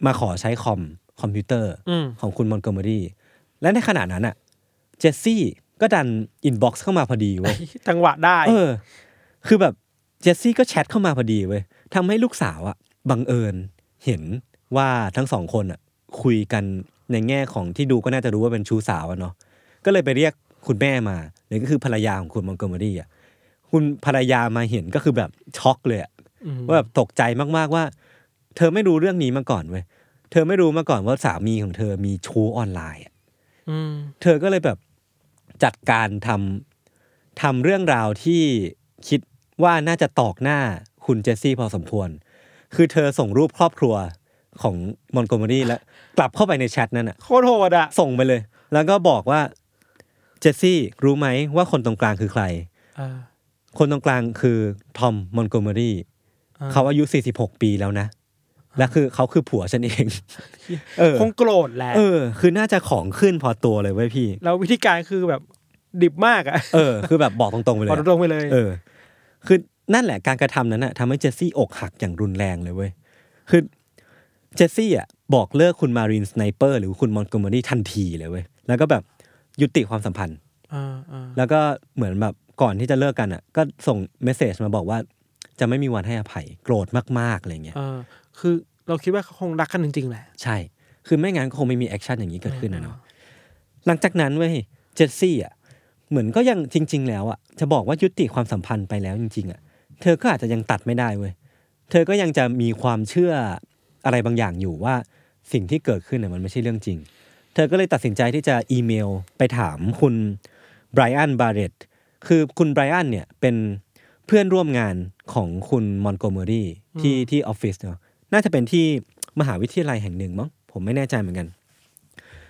มาขอใช้คอมคอมพิวเตอร์ อืม ของคุณมอนโกเมอรี่ และในขณะนั้นอ่ะ เจสซี่ก็ดันอินบ็อกซ์เข้ามาพอดีเว้ย จังหวะได้ เออ คือแบบเจสซี่ก็แชทเข้ามาพอดีเว้ยทำให้ลูกสาวอะบังเอิญเห็นว่าทั้งสองคนอะคุยกันในแง่ของที่ดูก็น่าจะรู้ว่าเป็นชู้สาวอะเนาะ ก็เลยไปเรียกคุณแม่มาหรือก็คือภรรยาของคุณมอนโกเมอรี่อะคุณภรรยามาเห็นก็คือแบบช็อกเลยอะ อืม ว่าแบบตกใจมากๆว่า เธอไม่รู้เรื่องนี้มาก่อนเว้ย เธอไม่รู้มาก่อนว่าสามีของเธอมีชู้ออนไลน์อะ อืม เธอก็เลยแบบจัดการทำทำเรื่องราวที่คิดว่าน่าจะตอกหน้าคุณเจสซี่พอสมควร คือเธอส่งรูปครอบครัวของมอนโกเมอรี่แล้ว กลับเข้าไปในแชทนั้นอ่ะ โคตรโหดอ่ะ ส่งไปเลย แล้วก็บอกว่าเจสซี่รู้ไหมว่าคนตรงกลางคือใคร เออ คนตรงกลางคือทอมมอนโกเมอรี่ อ่า เขาอายุ 46 ปีแล้วนะ และคือเขาคือผัวฉันเองเออ คงโกรธแหละ เออ คือน่าจะของขึ้นพอตัวเลยเว้ยพี่ แล้ววิธีการคือแบบดิบมากอ่ะ เออ คือแบบบอกตรงๆไปเลย บอก อะ ตรงๆไปเลย เออ คือนั่นแหละการกระทำนั้นน่ะทำให้เจสซี่อกหักอย่างรุนแรงเลยเว้ย คือเจสซี่อ่ะบอกเลิกคุณมารินสไนเปอร์หรือคุณมอนโกเมอรี่ทันทีเลยเว้ย แล้วก็แบบยุติความสัมพันธ์ อ่าอ่า แล้วก็เหมือนแบบก่อนที่จะเลิกกันอ่ะ ก็ส่งเมสเซจมาบอกว่าจะไม่มีวันให้อภัยโกรธมากๆอะไรเงี้ย เออ คือเราคิดว่าเขาคงรักกันจริงๆแหละ ใช่ คือไม่งั้นก็คงไม่มีแอคชั่นอย่างนี้เกิดขึ้นนะเนาะ หลังจากนั้นเว้ยเจสซี่อ่ะเหมือนก็ยังจริง ๆ แล้วอ่ะจะบอกว่ายุติความสัมพันธ์ไปแล้วจริง ๆอ่ะเธอก็อาจจะยังตัดไม่ได้เว้ยเธอก็ยังจะมีความเชื่ออะไรบางอย่างอยู่ว่าสิ่งที่เกิดขึ้นน่ะมันไม่ใช่เรื่องจริง เธอก็เลยตัดสินใจที่จะอีเมลไปถามคุณไบรอันบาร์เรตคือคุณไบรอันเนี่ยเป็นเพื่อนร่วมงานของคุณมอนโกเมอรี่ที่ที่ออฟฟิศเนาะน่าจะเป็นที่มหาวิทยาลัยแห่งหนึ่งมั้งผมไม่แน่ใจเหมือนกัน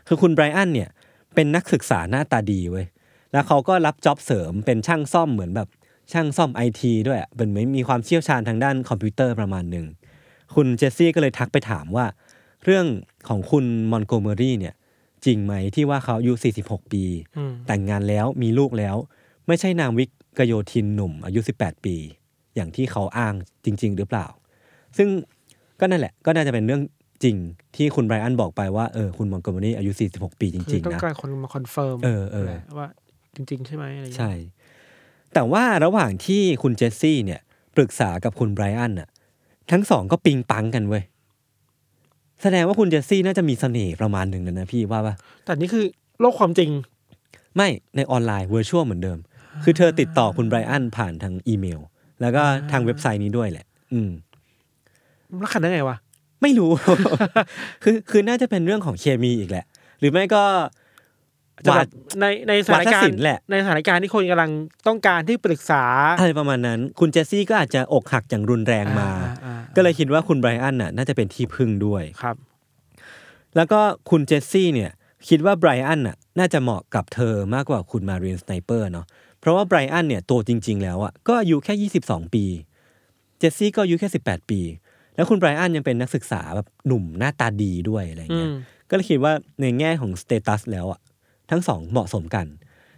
คือคุณไบรอันเนี่ย เป็นนักศึกษาหน้าตาดีเว้ย แล้วเขาก็รับจ็อบเสริมเป็นช่างซ่อมเหมือนแบบช่างซ่อมไอทีด้วยอะเป็นเหมือนมีความเชี่ยวชาญทางด้านคอมพิวเตอร์ประมาณหนึ่ง คุณเจสซี่ก็เลยทักไปถามว่า เรื่องของคุณมอนโกเมอรี่เนี่ย จริงไหมที่ว่าเขาอายุ 46 ปี อืม แต่งงานแล้วมีลูกแล้ว ไม่ใช่นางวิกกโยธินหนุ่มอายุ 18 ปี อย่างที่เขาอ้างจริง ๆ หรือเปล่า ซึ่งก็นั่นแหละก็น่าจะเป็นเรื่องจริงที่คุณไบรอันบอกไปว่าเออคุณมอนโกเมอรี่อายุ 46 ปีจ คือ ริง ต้ๆอง นะ การคนมาคอนเฟิร์ม เออเออ แหละว่าจริง ๆ ใช่ไหมอะไรอย่างเงี้ย ใช่ แต่ว่าระหว่างที่คุณเจสซี่เนี่ยปรึกษากับคุณไบรอันน่ะทั้งสองก็ปิงปังกันเว้ยแสดงว่าคุณเจสซี่น่าจะมีเสน่ห์ประมาณหนึ่งแล้วนะพี่ว่าปะ แต่นี่คือโลกความจริง ไม่ในออนไลน์เวอร์ชวลเหมือนเดิม คือเธอติดต่อคุณไบรอันผ่านทางอีเมล แล้วก็ทางเว็บไซต์นี้ด้วยแหละ อืม รักกันได้ไงวะ ไม่รู้ คือคือน่าจะเป็นเรื่องของเคมีอีกแหละ หรือไม่ก็ จะ วา แบ ด บในในสถานการ วาทศิล ณ์ ป์แหละ ในสถานการณ์ที่คนกำลังต้องการที่ปรึกษา อะไรประมาณนั้น คุณเจสซี่ก็อาจจะอกหักอย่างรุนแรงมา อ่อ่อ่า ก็เลยคิดว่าคุณไบรอันน่ะ น่าจะเป็นที่พึ่งด้วย ครับ แล้วก็คุณเจสซี่เนี่ย คิดว่าไบรอันน่ะน่าจะเหมาะกับเธอมากกว่าคุณมาเรียนสไนเปอร์เนาะเพราะว่าไบรอันเนี่ยตัวจริง ๆ แล้วอ่ะก็อายุแค่ 22 ปี เจสซี่ก็อายุแค่ 18 ปี แล้วคุณไบรอันยังเป็นนักศึกษาแบบหนุ่มหน้าตาดีด้วยอะไร อื เงี้ย ม ก็เลยคิดว่าในแง่ของสเตตัสแล้วอ่ะทั้งสองเหมาะสมกัน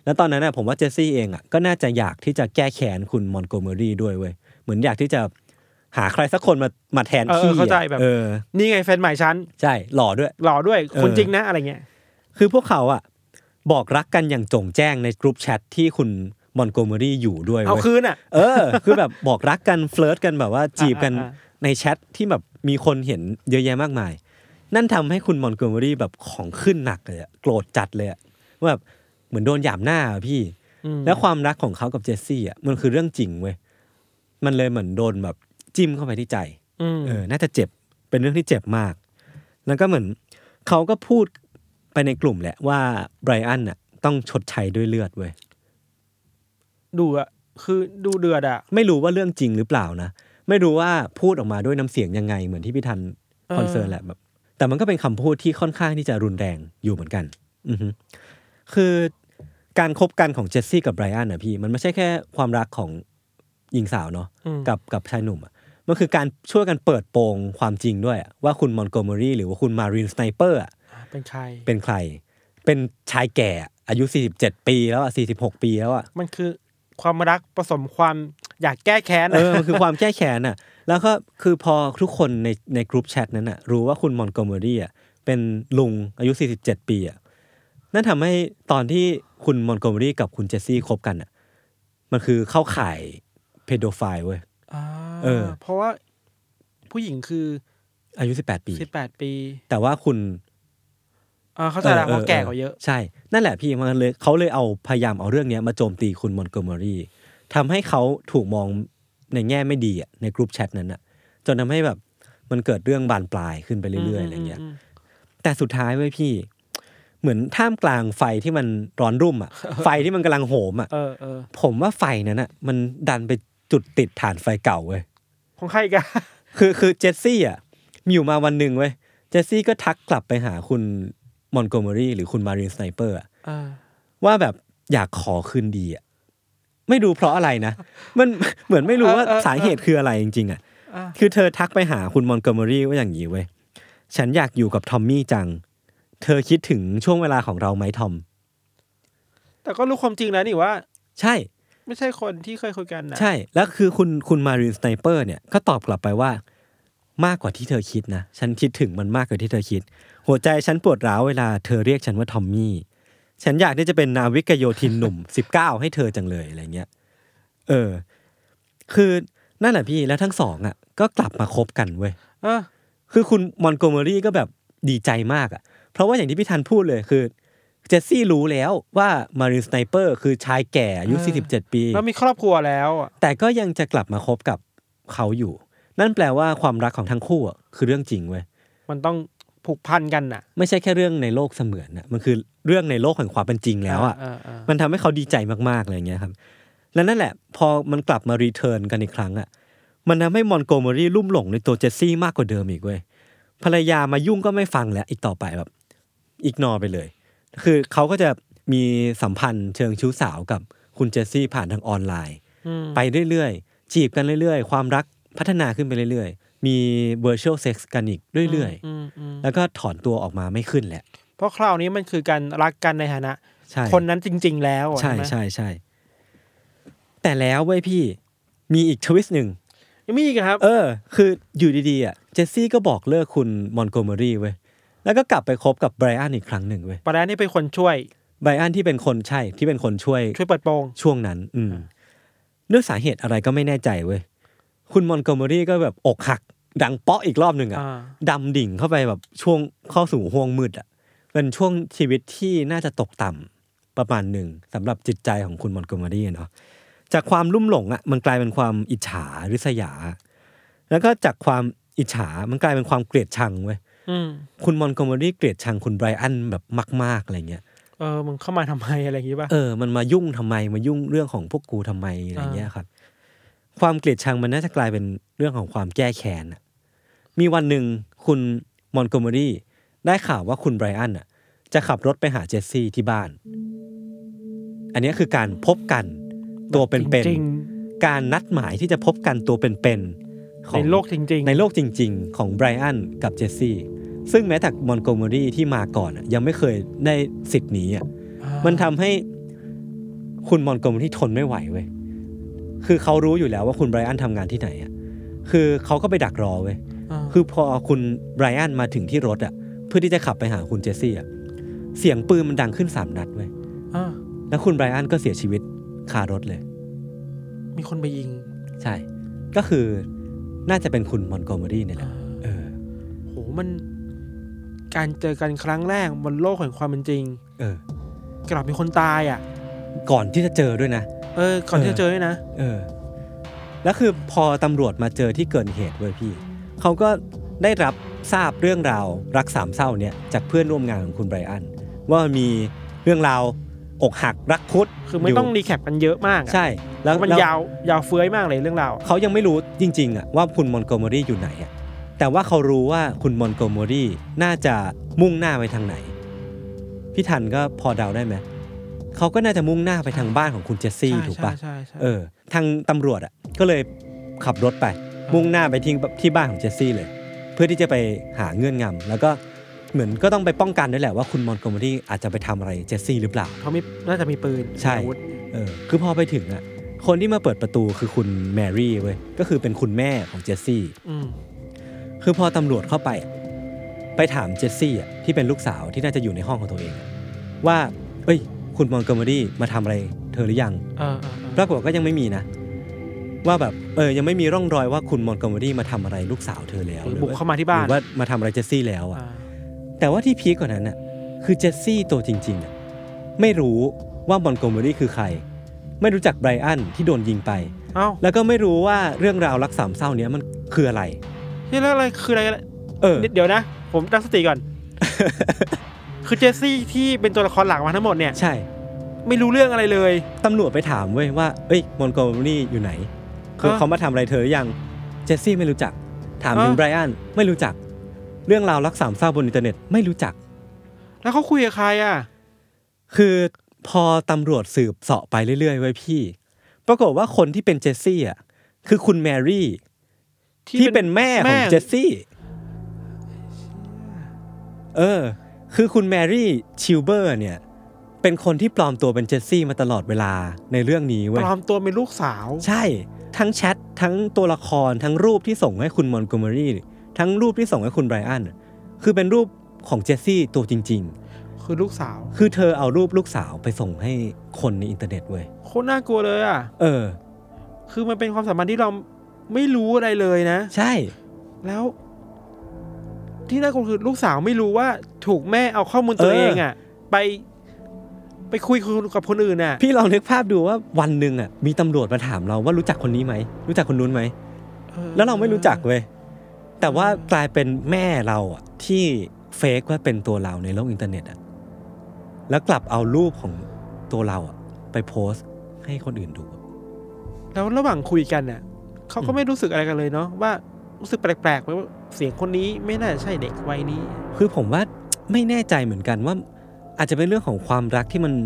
แล้วตอนนั้นน่ะผมว่าเจสซี่เองอ่ะก็น่าจะอยากที่จะแก้แค้นคุณมอนโกเมอรี่ด้วยเว้ยเหมือนอยากที่จะหาใครสักคนมามาแทน เออ พี่อะ เข้าใจแบบ เออ นี่ไงแฟนใหม่ฉัน ใช่หล่อด้วย หล่อด้วย เออ คนจริงนะอะไรเงี้ย คือพวกเขาอะบอกรักกันอย่างโจงแจ้งในกลุ่มแชทที่คุณมอนโกเมอรี่อยู่ด้วย เอา เว้ย คืนอ่ะ เออ คือแบบบอกรักกันเฟลิร์ตกันแบบว่าจีบกัน อ่าอ่า ในแชทที่แบบมีคนเห็นเยอะแยะมากมาย นั่นทำให้คุณมอนโกเมอรี่แบบของขึ้นหนักเลยอะโกรธจัดเลยอะว่าแบบเหมือนโดนหยามหน้าอะพี่ อืม แล้วความรักของเขากับเจสซี่อะมันคือเรื่องจริงเว้ยมันเลยเหมือนโดนแบบจิ้มเข้าไปที่ใจ อืม เออ น่าจะเจ็บ เป็นเรื่องที่เจ็บมาก แล้วก็เหมือนเขาก็พูดไปในกลุ่มแหละว่าไบรอันน่ะต้องชดใช้ด้วยเลือดเว้ย ดูอ่ะคือดูเดือดอ่ะ ไม่รู้ว่าเรื่องจริงหรือเปล่านะ ไม่รู้ว่าพูดออกมาด้วยน้ำเสียงยังไง เหมือนที่พี่ทัน เออ คอนเซิร์นแหละแบบ แต่มันก็เป็นคำพูดที่ค่อนข้างที่จะรุนแรงอยู่เหมือนกัน อือฮึคือการคบกันของเจสซี่กับไบรอันนะพี่ มันไม่ใช่แค่ความรักของหญิงสาวเนาะ อืม กับกับชายหนุ่มอะมันคือการช่วยกันเปิดโปงความจริงด้วยอะว่าคุณมอนโกเมอรี่หรือว่าคุณมารีนสไนเปอร์ เป็นใคร เป็นใคร เป็นชายแก่อะอายุ 47 ปีแล้วอ่ะ 46 ปีแล้วอ่ะ มันคือความรักผสมความอยากแก้แค้น เอ อะ อ มันคือความแก้แค้นอ่ะ แล้วก็คือพอทุกคนในในกลุ่มแชทนั้นอ่ะรู้ว่าคุณมอนโกเมอรี่อ่ะเป็นลุงอายุ 47 ปีอ่ะ นั่นทำให้ตอนที่คุณมอนโกเมอรี่กับคุณเจสซี่คบกันอ่ะ มันคือเข้าข่ายเพโดไฟเว้ย า เออ เพราะว่าผู้หญิงคือ อายุ 18 ปี สิบแปดปี แต่ว่าคุณ อ่าเข้าใจละเพราะแก่กว่าเยอะ ใช่ นั่นแหละพี่มันเลยเขาเลยเอาพยายามเอาเรื่องเนี้ยมาโจมตีคุณมอนโกเมอรี่ทำให้เขาถูกมองในแง่ไม่ดีอะในกลุ่มแชทนั้นอะจนทำให้แบบมันเกิดเรื่องบานปลายขึ้นไปเรื่อยๆอะไรเงี้ย แต่สุดท้ายเว้ยพี่ เหมือนท่ามกลางไฟที่มันร้อนรุ่ม อะไฟที่มันกำลังโหมอะ เออเออ ผมว่าไฟนั้นอะมันดันไปจุดติดฐานไฟเก่าเว้ย ของใครอีกัน คือคือเจสซี่อ่ะมีอยู่มาวันหนึ่งเว้ยเจสซี่ก็ทักกลับไปหาคุณมอนโกเมอรี่หรือคุณมารีนสไนเปอร์อะ ว่าแบบอยากขอคืนดีอ่ะไม่รู้เพราะอะไรนะ มัน เหมือนไม่รู้ว่า เออเออเออ สาเหตุคืออะไรจริงๆอ่ะ อ่า คือเธอทักไปหาคุณมอนโกเมอรี่ว่าอย่างนี้เว้ยฉันอยากอยู่กับทอมมี่จัง เธอคิดถึงช่วงเวลาของเราไหมทอม แต่ก็รู้ความจริงแล้วนี่ว่า ใช่ ไม่ใช่คนที่เคยคุยกันนะ ใช่ แล้วคือคุณคุณมารีนสไนเปอร์เนี่ยก็ตอบกลับไปว่า มากกว่าที่เธอคิดนะ ฉันคิดถึงมันมากกว่าที่เธอคิด หัวใจฉันปวดร้าวเวลาเธอเรียกฉันว่าทอมมี่ ฉันอยากที่จะเป็นนาวิกโยธินหนุ่ม 19 ให้เธอจังเลยอะไรเงี้ย เออ คือนั่นแหละพี่แล้วทั้งสองอ่ะ ก็กลับมาคบกันเว้ย เออ คือคุณมอนโกเมอรี่ก็แบบดีใจมากอ่ะ เพราะว่าอย่างที่พี่ทันพูดเลยคือเจสซี่รู้แล้วว่ามารีนสไนเปอร์คือชายแก่อายุ เออ 47 ปี แล้วมีครอบครัวแล้วอะ แต่ก็ยังจะกลับมาคบกับเขาอยู่ นั่นแปลว่าความรักของทั้งคู่อะคือเรื่องจริงเว้ย มันต้องผูกพันกันน่ะ ไม่ใช่แค่เรื่องในโลกเสมือนนะมันคือเรื่องในโลกแห่งความเป็นจริงแล้วอ่ะ เเเออ มันทำให้เขาดีใจมากๆเลยอย่างเงี้ยครับ และนั่นแหละ พอมันกลับมารีเทิร์นกันอีกครั้งอ่ะ มันทำให้มอนโกเมอรี่ลุ่มหลงในตัวเจสซี่มากกว่าเดิมอีกเว้ย ภรรยามายุ่งก็ไม่ฟังแล้วอีกต่อไปแบบอีกนอไปเลย คือเขาก็จะมีสัมพันธ์เชิงชู้สาวกับคุณเจสซี่ผ่านทางออนไลน์ อืม ไปเรื่อยๆ จีบกันเรื่อยๆ ความรักพัฒนาขึ้นไปเรื่อยๆ มี virtual sex กันอีกเรื่อย มม ๆ แล้วก็ถอนตัวออกมาไม่ขึ้นแหละ เพราะคราวนี้มันคือการรักกันในฐานะ ใช่ คนนั้นจริง ๆ แล้วอะ ใช่ ไหม ใช่ใช่ แต่แล้วเว้ยพี่ มีอีกทวิสต์หนึ่ง ยังมีอีกอะครับ เออ คืออยู่ดีๆอ่ะเจสซี่ก็บอกเลิกคุณมอนโกเมอรี่เว้ยแล้วก็กลับไปคบกับไบรอันอีกครั้งหนึ่งเว้ย ปารานี่เป็นคนช่วย ไบรอันที่เป็นคนใช่ที่เป็นคนช่วย ช่วยเปิดโปง ช่วงนั้น อืมเรื่องสาเหตุอะไรก็ไม่แน่ใจเว้ย คุณมอนโกเมอรี่ก็แบบอกหัก ดังเปาะอีกรอบหนึ่งอะ อ่า ดำดิ่งเข้าไปแบบช่วงเข้าสู่ห่วงมืดอะเป็นช่วงชีวิตที่น่าจะตกต่ำประมาณหนึ่งสำหรับจิตใจของคุณมอนโกเมอรี่อะเนาะจากความลุ่มหลงอะมันกลายเป็นความอิจฉาริษยา แล้วก็จากความอิจฉามันกลายเป็นความเกลียดชังเว้ย อืม คุณมอนโกเมอรี่เกลียดชังคุณไบรอันแบบมาก ๆอะไรเงี้ย เออมึงเข้ามาทำไมอะไรอย่างงี้ป่ะ เออ มันมายุ่งทำไม มายุ่งเรื่องของพวกกูทำไมอะไรเงี้ยครับ ความเกลียดชังมันน่าจะกลายเป็นเรื่องของความแก้แค้นน่ะมีวันหนึ่งคุณมอนโกเมอรี่ได้ข่าวว่าคุณไบรอันน่ะ จะขับรถไปหาเจสซี่ที่บ้าน อันเนี้ยคือการพบกันตัวเป็นๆ จริง การนัดหมายที่จะพบกันตัวเป็นๆ ๆ ของ ในโลกจริง ๆ ในโลกจริง ๆ ของไบรอันกับเจสซี่ ซึ่งแม้แต่มอนโกเมอรี่ที่มาก่อนอะยังไม่เคยได้สิทธิ์นี้อ่ะ อ่ามั มันทำให้คุณมอนโกเมอรี่ทนไม่ไหวเว้ย คือเขารู้อยู่แล้วว่าคุณไบรอันทำงานที่ไหนอ่ะ คือเขาก็ไปดักรอเว้ย า คือพอคุณไบรอันมาถึงที่รถอ่ะ เพื่อที่จะขับไปหาคุณเจสซี่อ่ะ เสียงปืนมันดังขึ้นสามนัดเว้ย อ่า แล้วคุณไบรอันก็เสียชีวิตคารถเลย มีคนไปยิง ใช่ ก็คือน่าจะเป็นคุณมอนโกเมอรี่เนี่ยแหละ เออ โหมัน การเจอกันครั้งแรกบนโลกแห่งความเป็นจริง เออ กลับมีคนตายอ่ะ ก่อนที่จะเจอด้วยนะ เออก่อนที่จะเจอเนี่ยนะ เออ แล้วคือพอตำรวจมาเจอที่เกิดเหตุเว้ยพี่ เขาก็ได้รับทราบเรื่องราวรักสามเศร้าเนี่ยจากเพื่อนร่วมงานของคุณไบรอัน ว่ามีเรื่องราวอกหักรักคุด คือไม่ต้องรีแคปกันเยอะมากอะ ใช่ แล้ว มัน แล้ว ยาวยาวเฟื้อยมากเลยเรื่องราวอะ เขายังไม่รู้จริง ๆอะว่าคุณมอนโกเมอรี่อยู่ไหนอะแต่ว่าเขารู้ว่าคุณมอนโกเมอรี่น่าจะมุ่งหน้าไปทางไหน พี่ทันก็พอเดาได้ไหมเขาก็น่าจะมุ่งหน้าไปทางบ้านของคุณเจสซี่ ใช่ ถูกปะ ใช่ใช่ เออทางตำรวจอ่ะก็เลยขับรถไป มุ่งหน้าไปที่ที่บ้านของเจสซี่เลย เพื่อที่จะไปหาเงื่อนงำแล้วก็เหมือนก็ต้องไปป้องกันด้วยแหละว่าคุณมอนโกเมอรี่อาจจะไปทำอะไรเจสซี่หรือเปล่า เขามีน่าจะมีปืน ใช่ อาวุธ เออคือพอไปถึงอ่ะคนที่มาเปิดประตูคือคุณแมรี่เว้ยก็คือเป็นคุณแม่ของเจสซี่ อืม คือพอตำรวจเข้าไปอะไปถามเจสซี่อ่ะที่เป็นลูกสาวที่น่าจะอยู่ในห้องของตัวเองอะว่าเอ้ย คุณมอนโกเมอรี่มาทำอะไรเธอหรือยัง เออเออเออ ปรากฏก็ยังไม่มีนะ ว่าแบบเออยังไม่มีร่องรอยว่าคุณมอนโกเมอรี่มาทำอะไรลูกสาวเธอแล้ว หหรือรือ บุก ว่า เข้ามาที่บ้า ห น รือว่ามาทำอะไรเจสซี่แล้วอ่ะ อ่า แต่ว่าที่พีคกว่านั้นอ่ะคือเจสซี่ตัวจริงๆอ่ะไม่รู้ว่ามอนโกเมอรี่คือใคร ไม่รู้จักไบรอันที่โดนยิงไป เอ้า แล้วก็ไม่รู้ว่าเรื่องราวรักสามเศร้าเนี้ยมันคืออะไร ที่แล้วอะไรคืออะไรกัน เออ เดี๋ยวนะ ผมตั้งสติก่อน คือเจสซี่ที่เป็นตัวละครหลักมาทั้งหมดเนี่ย ใช่ ไม่รู้เรื่องอะไรเลย ตำรวจไปถามเว้ยว่าเอ้ยมอนโกเมอรี่อยู่ไหนคือ เออ เขามาทำอะไรเธอหรือยังเจสซี่ไม่รู้จัก ถามถึง เออ ไบรอันไม่รู้จัก เรื่องราวรักสามเศร้าบนอินเทอร์เน็ตไม่รู้จัก แล้วเขาคุยกับใครอ่ะ คือพอตำรวจสืบเสาะไปเรื่อยๆไว้ยพี่ ปรากฏว่าคนที่เป็นเจสซี่อ่ะคือคุณแมรี่ที่เป็นแม่ของเจสซี่เออ คือคุณแมรี่ชิลเบอร์เนี่ย เป็นคนที่ปลอมตัวเป็นเจสซี่มาตลอดเวลาในเรื่องนี้เว้ย ปลอมตัวเป็นลูกสาว ใช่ ทั้งแชททั้งตัวละครทั้งรูปที่ส่งให้คุณมอนโกเมอรี่ทั้งรูปที่ส่งให้คุณไบรอันคือเป็นรูปของเจสซี่ตัวจริง ๆ คือลูกสาว คือเธอเอารูปลูกสาวไปส่งให้คนในอินเทอร์เน็ตเว้ย โคตรน่ากลัวเลยอ่ะ เออ คือมันเป็นความสัมพันธ์ที่เราไม่รู้อะไรเลยนะ ใช่ แล้ว ที่น่ากลัวคือลูกสาวไม่รู้ว่าถูกแม่เอาข้อมูลตัว เออ เองอ่ะ ไป ไปคุยกับคนอื่นอ่ะ พี่ลองนึกภาพดูว่าวันหนึ่งอ่ะมีตำรวจมาถามเราว่ารู้จักคนนี้ไหม รู้จักคนนู้นไหม เออ แล้วเราไม่รู้จักเว้ย แต่ว่ากลายเป็นแม่เราอ่ะที่เฟกว่าเป็นตัวเราในโลกอินเทอร์เน็ตอ่ะแล้วกลับเอารูปของตัวเราอ่ะไปโพสต์ให้คนอื่นดู แล้วระหว่างคุยกันอ่ะเขาก็ไม่รู้สึกอะไรกันเลยเนาะว่ารู้สึกแปลกๆไหมว่าเสียงคนนี้ไม่น่าใช่เด็กวัยนี้ คือผมว่า ไม่แน่ใจเหมือนกันว่า อาจจะเป็นเรื่องของความรักที่มัน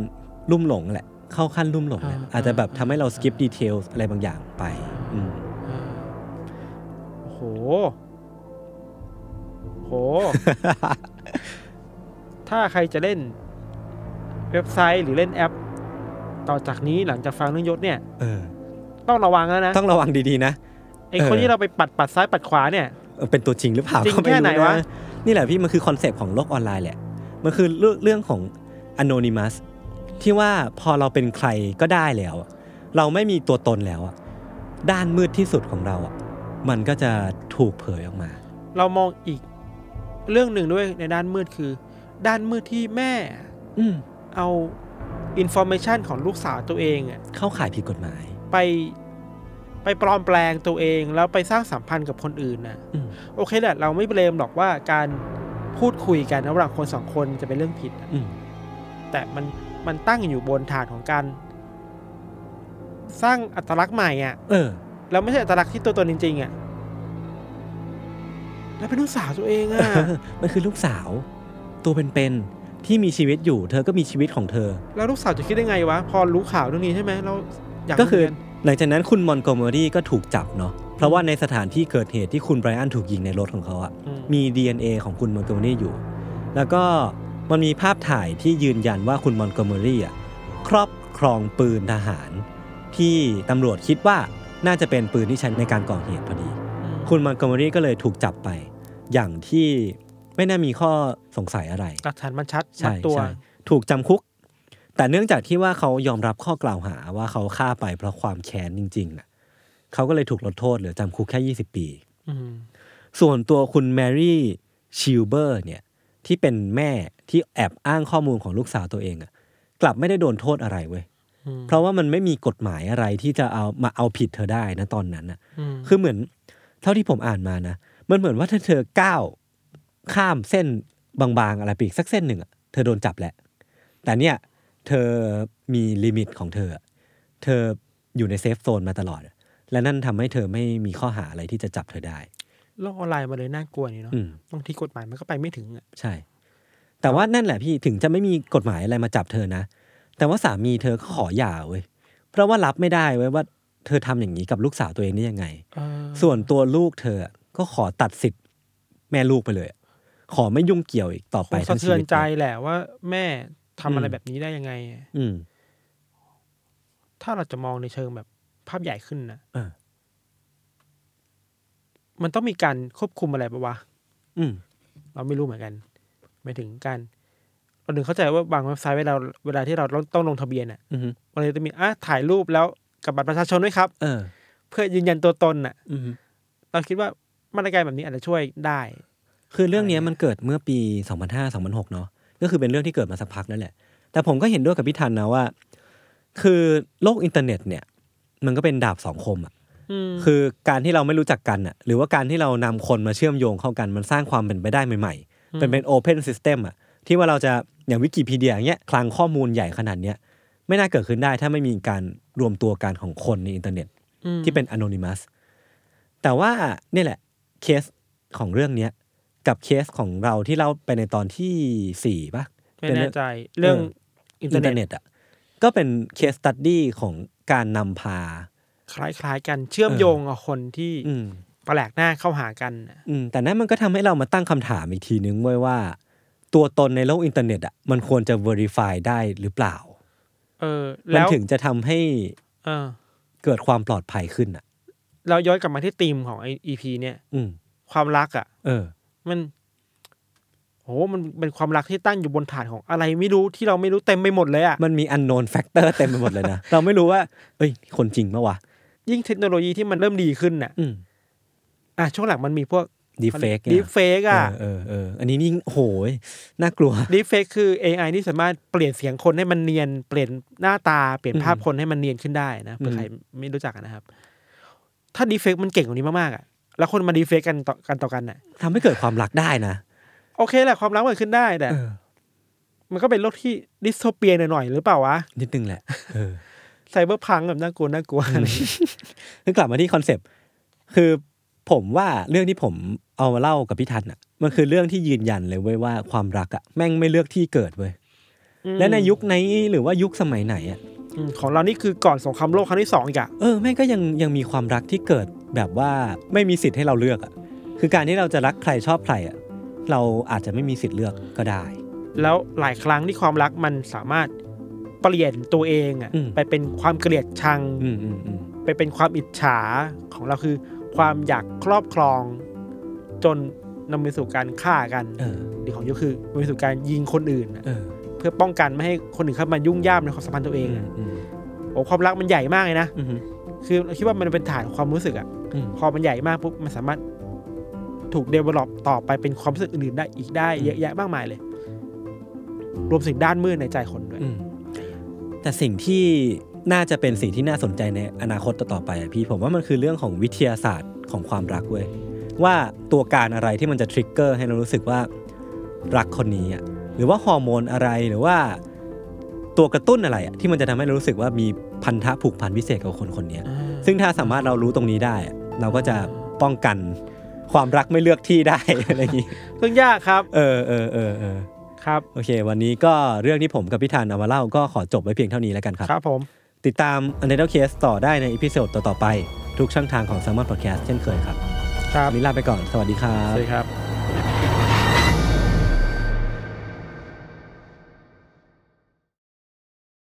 ลุ่มหลงแหละ เข้าขั้นลุ่มหลงแหละ อ่า อาจจะแบบทำให้เราสกิปดีเทลอะไรบางอย่างไป อืม เออโอ้โห โห ถ้าใครจะเล่นเว็บไซต์หรือเล่นแอป ต่อจากนี้หลังจากฟังเรื่องยศเนี่ย เออ ต้องระวังแล้วนะ ต้องระวังดีๆนะ ไอ้คนที่เราไปปัดปัดซ้ายปัดขวาเนี่ย เออเป็นตัวจริงหรือเปล่า จริง ก็ม่ แค่ไหนวะ นี่แหละพี่มันคือคอนเซปต์ของโลกออนไลน์แหละ มันคือเรื่องเรื่องของ anonymous ที่ว่าพอเราเป็นใครก็ได้แล้วอะเราไม่มีตัวตนแล้วอะด้านมืดที่สุดของเราอะมันก็จะถูกเผยออกมา เรามองอีกเรื่องหนึ่งด้วยในด้านมืดคือ ด้านมืดที่แม่ อืม เอาอินโฟมชันของลูกสาวตัวเองอะ เข้าข่ายผิดกฎหมาย ไปไปปลอมแปลงตัวเอง แล้วไปสร้างสัมพันธ์กับคนอื่นน่ะ อืม โอเคแหละเราไม่เบลมหรอกว่าการพูดคุยกันระหว่างคนสองคนจะเป็นเรื่องผิดอะ อืม แต่มันมันตั้งอยู่บนฐานของการสร้างอัตลักษณ์ใหม่อ่ะ เออ แล้วไม่ใช่อัตลักษณ์ที่ตัวตนจริงๆอ่ะ แล้วเป็นลูกสาวตัวเอง อ่ะ มันคือลูกสาว ตัวเป็นๆที่มีชีวิตอยู่ เธอก็มีชีวิตของเธอ แล้วลูกสาวจะคิดได้ไงวะ พอรู้ข่าวเรื่องนี้ใช่ไหมเราอยาก ก็คือ เรียน หลังจากนั้นคุณมอนโกเมอรี่ก็ถูกจับเนาะเพราะว่าในสถานที่เกิดเหตุที่คุณไบรอันถูกยิงในรถของเขาอะ อืม มี DNA ของคุณมอนโกเมอรี่อยู่ แล้วก็มันมีภาพถ่ายที่ยืนยันว่าคุณมอนโกเมอรี่อ่ะครอบครองปืนทหาร ที่ตำรวจคิดว่าน่าจะเป็นปืนที่ใช้ในการก่อเหตุพอดี คุณมอนโกเมอรี่ก็เลยถูกจับไป อย่างที่ไม่น่ามีข้อสงสัยอะไร หลักฐานมันชัดมั ใช่ ดตัว ใช่ถูกจำคุก แต่เนื่องจากที่ว่าเขายอมรับข้อกล่าวหาว่าเขาฆ่าไปเพราะความแค้นจริงๆน่ะเขาก็เลยถูกลดโทษเหลือจำคุกแค่20 ปี อืม ส่วนตัวคุณแมรี่ชิลเบอร์เนี่ยที่เป็นแม่ที่แอบอ้างข้อมูลของลูกสาวตัวเองอะกลับไม่ได้โดนโทษอะไรเว้ย อืม เพราะว่ามันไม่มีกฎหมายอะไรที่จะเอามาเอาผิดเธอได้นะตอนนั้นอะ ม คือเหมือนเท่าที่ผมอ่านมานะมันเหมือนว่าถ้าเธอก้าวข้ามเส้นบางๆอะไรไปอีกสักเส้นหนึ่งอะเธอโดนจับแหละ แต่เนี่ยเธอมีลิมิตของเธออะเธออยู่ในเซฟโซนมาตลอดอะและนั่นทำให้เธอไม่มีข้อหาอะไรที่จะจับเธอได้ โลกออนไลน์มาเลยน่ากลัวนี่เนาะ อืม บางทีกฎหมายมันก็ไปไม่ถึงอ่ะ ใช่ แต่ว่านั่นแหละพี่ถึงจะไม่มีกฎหมายอะไรมาจับเธอนะ แต่ว่าสามีเธอก็ขอหย่าเว้ย เพราะว่ารับไม่ได้เว้ยว่าเธอทำอย่างนี้กับลูกสาวตัวเองได้ยังไง เออ ส่วนตัวลูกเธอก็ขอตัดสิทธิ์แม่ลูกไปเลย ขอไม่ยุ่งเกี่ยวอีกต่อ ค ไป งสะ ทั้งชี เทือน วิต ใจแหละว่าแม่ทำอะไรแบบนี้ได้ยังไงอะ อืม ถ้าเราจะมองในเชิงแบบภาพใหญ่ขึ้นนะ เออ มันต้องมีการควบคุมอะไรปะวะ อืม เราไม่รู้เหมือนกันหมายถึงการเราถึงเข้าใจว่าบางเว็บไซต์เวลาเวลาที่เราต้องลงทะเบียนอ่ะ อืม มันเลยจะมีอ่ะถ่ายรูปแล้วกับบัตรประชาชนด้วยครับ เออ เพื่อยืนยันตัวตนอ่ะ อืม เราคิดว่ามาตรการแบบนี้อาจจะช่วยได้ คือเรื่องเนี้ย อะไรเงี้ย มันเกิดเมื่อปี 2005 2006 เนาะก็คือเป็นเรื่องที่เกิดมาสักพักนั่นแหละ แต่ผมก็เห็นด้วยกับพี่ทันนะว่า คือโลกอินเทอร์เน็ตเนี่ย มันก็เป็นดาบสองคมอะ อืม คือการที่เราไม่รู้จักกันน่ะหรือว่าการที่เรานำคนมาเชื่อมโยงเข้ากันมันสร้างความเป็นไปได้ใหม่ๆ เป็นเป็นโอเพนซิสเต็มอ่ะที่ว่าเราจะอย่างวิกิพีเดียอย่างเงี้ยคลังข้อมูลใหญ่ขนาดเนี้ยไม่น่าเกิดขึ้นได้ถ้าไม่มีการรวมตัวกันของคนในอินเทอร์เน็ต ม ที่เป็นอน y นิมัสแต่ว่าเนี่ยแหละเคสของเรื่องเนี้ยกับเคสของเราที่เล่าไปในตอนที่สี่ป่ะ ไม่แน่ใจ เรื่อง เออ อิ อิ น น เท เท อ อ ร์ ร์ เน็ต เน็ตอ่ะก็เป็นเคสตัดดี้ของการนำพา คล้ายๆกันเชื่อม เออ โยงกับคนที่ อืม ประหลกหน้าเข้าหากันน่ะ อืมแต่นั่นมันก็ทำให้เรามาตั้งคำถามอีกทีนึงไว้ยว่า ตัวตนในโลกอินเทอร์เน็ตอ่ะมันควรจะ verify ได้หรือเปล่า เออ มัน แล้ว ถึงจะทำให้ เออ เกิดความปลอดภัยขึ้นอ่ะ เราย้อนกลับมาที่ธีมของไออีพีเนี่ย อืม ความรักอ่ะ เออ มันโหมันเป็นความรักที่ตั้งอยู่บนฐานของอะไรไม่รู้ที่เราไม่รู้เต็มไปหมดเลยอะ่ะ มันมี unknown factor เต็มไปหมดเลย นะ เราไม่รู้ว่า เอ้ย คนจริงมะวะ ยิ่งเทคโนโลยีที่มันเริ่มดีขึ้นน่ะ อืม อ่ะช่วงหลังมันมีพวก deepfake ดี เนี่ย เฟกอ่ะ เออเออเอออันนี้นี่โอ้โหยน่ากลัว ดีเฟกคือ AI ที่สามารถเปลี่ยนเสียงคนให้มันเนียน เปลี่ยนหน้าตาเปลี่ยนภาพ อืม คนให้มันเนียนขึ้นได้นะเผื่ออ ม ใครไม่รู้จักนะครับ ถ้าดีเฟกมันเก่งกว่านี้มากๆอ่ะแล้วคนมาดีเฟกกันต่อกันต่อกันน่ะ ทำให้เกิดความรักได้นะ โอเคแหละความรักมันขึ้นได้แต่ เออ มันก็เป็นโลกที่ดิสโทเปียหน่อยๆหรือเปล่าวะ นิดนึงแหละเออ ไซเบอร์พังแบบน่ากลัวน่ากลัวอะไรอย่างเงี้ย คือกลับมาที่คอนเซปต์คือผมว่าเรื่องที่ผมเอามาเล่ากับพี่ทันอ่ะ มันคือเรื่องที่ยืนยันเลยเว้ยว่าความรักอ่ะแม่งไม่เลือกที่เกิดเว้ย และในยุคไหนหรือว่ายุคสมัยไหนอ่ะ อืมของเรานี่คือก่อนสงครามโลกครั้งที่สองอีกอ่ะ เออแม่งก็ยังยังมีความรักที่เกิดแบบว่าไม่มีสิทธิ์ให้เราเลือกอ่ะคือการที่เราจะรักใครชอบใครอ่ะเราอาจจะไม่มีสิทธิ์เลือกก็ได้ แล้วหลายครั้งที่ความรักมันสามารถเปลี่ยนตัวเองอะ อืม ไปเป็นความเกลียดชัง อืมอืมอืม ไปเป็นความอิจฉาของเราคือ ความอยากครอบครอง จนนำไปสู่การฆ่ากัน เออ หรือของยุคคือนำไปสู่การยิงคนอื่นอะ เออ เพื่อป้องกันไม่ให้คนอื่นเข้ามายุ่งย่ามในความสัมพันธ์ตัวเองอะ อืม โอ้ความรักมันใหญ่มากเลยนะ อืม คือเราคิดว่ามันเป็นฐานของความรู้สึกอะ อืม พอมันใหญ่มากปุ๊บมันสามารถถูกเดเวล็อปต่อไปเป็นความรู้สึกอื่นๆได้อีกได้เยอะแยะมากมายเลย รวมถึงด้านมืดในใจคนด้วย อืมแต่สิ่งที่น่าจะเป็นสิ่งที่น่าสนใจในอนาคตต่อๆไปอะพี่ผมว่ามันคือเรื่องของวิทยาศาสตร์ของความรักเว้ยว่าตัวการอะไรที่มันจะทริกเกอร์ให้เรารู้สึกว่ารักคนนี้อะหรือว่าฮอร์โมนอะไรหรือว่าตัวกระตุ้นอะไรอะที่มันจะทำให้เรารู้สึกว่ามีพันธะผูกพันพิเศษกับคนคนเนี้ย ซึ่งถ้าสามารถเรารู้ตรงนี้ได้อะเราก็จะป้องกันความรักไม่เลือกที่ได้ อะไรอย่างนี้ ซึ่งยากครับ เออเออเออเออ ครับ โอเค วันนี้ก็เรื่องที่ผมกับพี่ธันเอามาเล่าก็ขอจบไว้เพียงเท่านี้แล้วกันครับ ครับผม ติดตาม u n d e r t a l Case ต่อได้ในอีพิโซดต่อ ๆ ไป ทุกช่องทางของ s ซ m o n Podcast เช่นเคยครับ ครับ วันนี้ลาไปก่อน สวัสดีครับสวัสดีครับ ส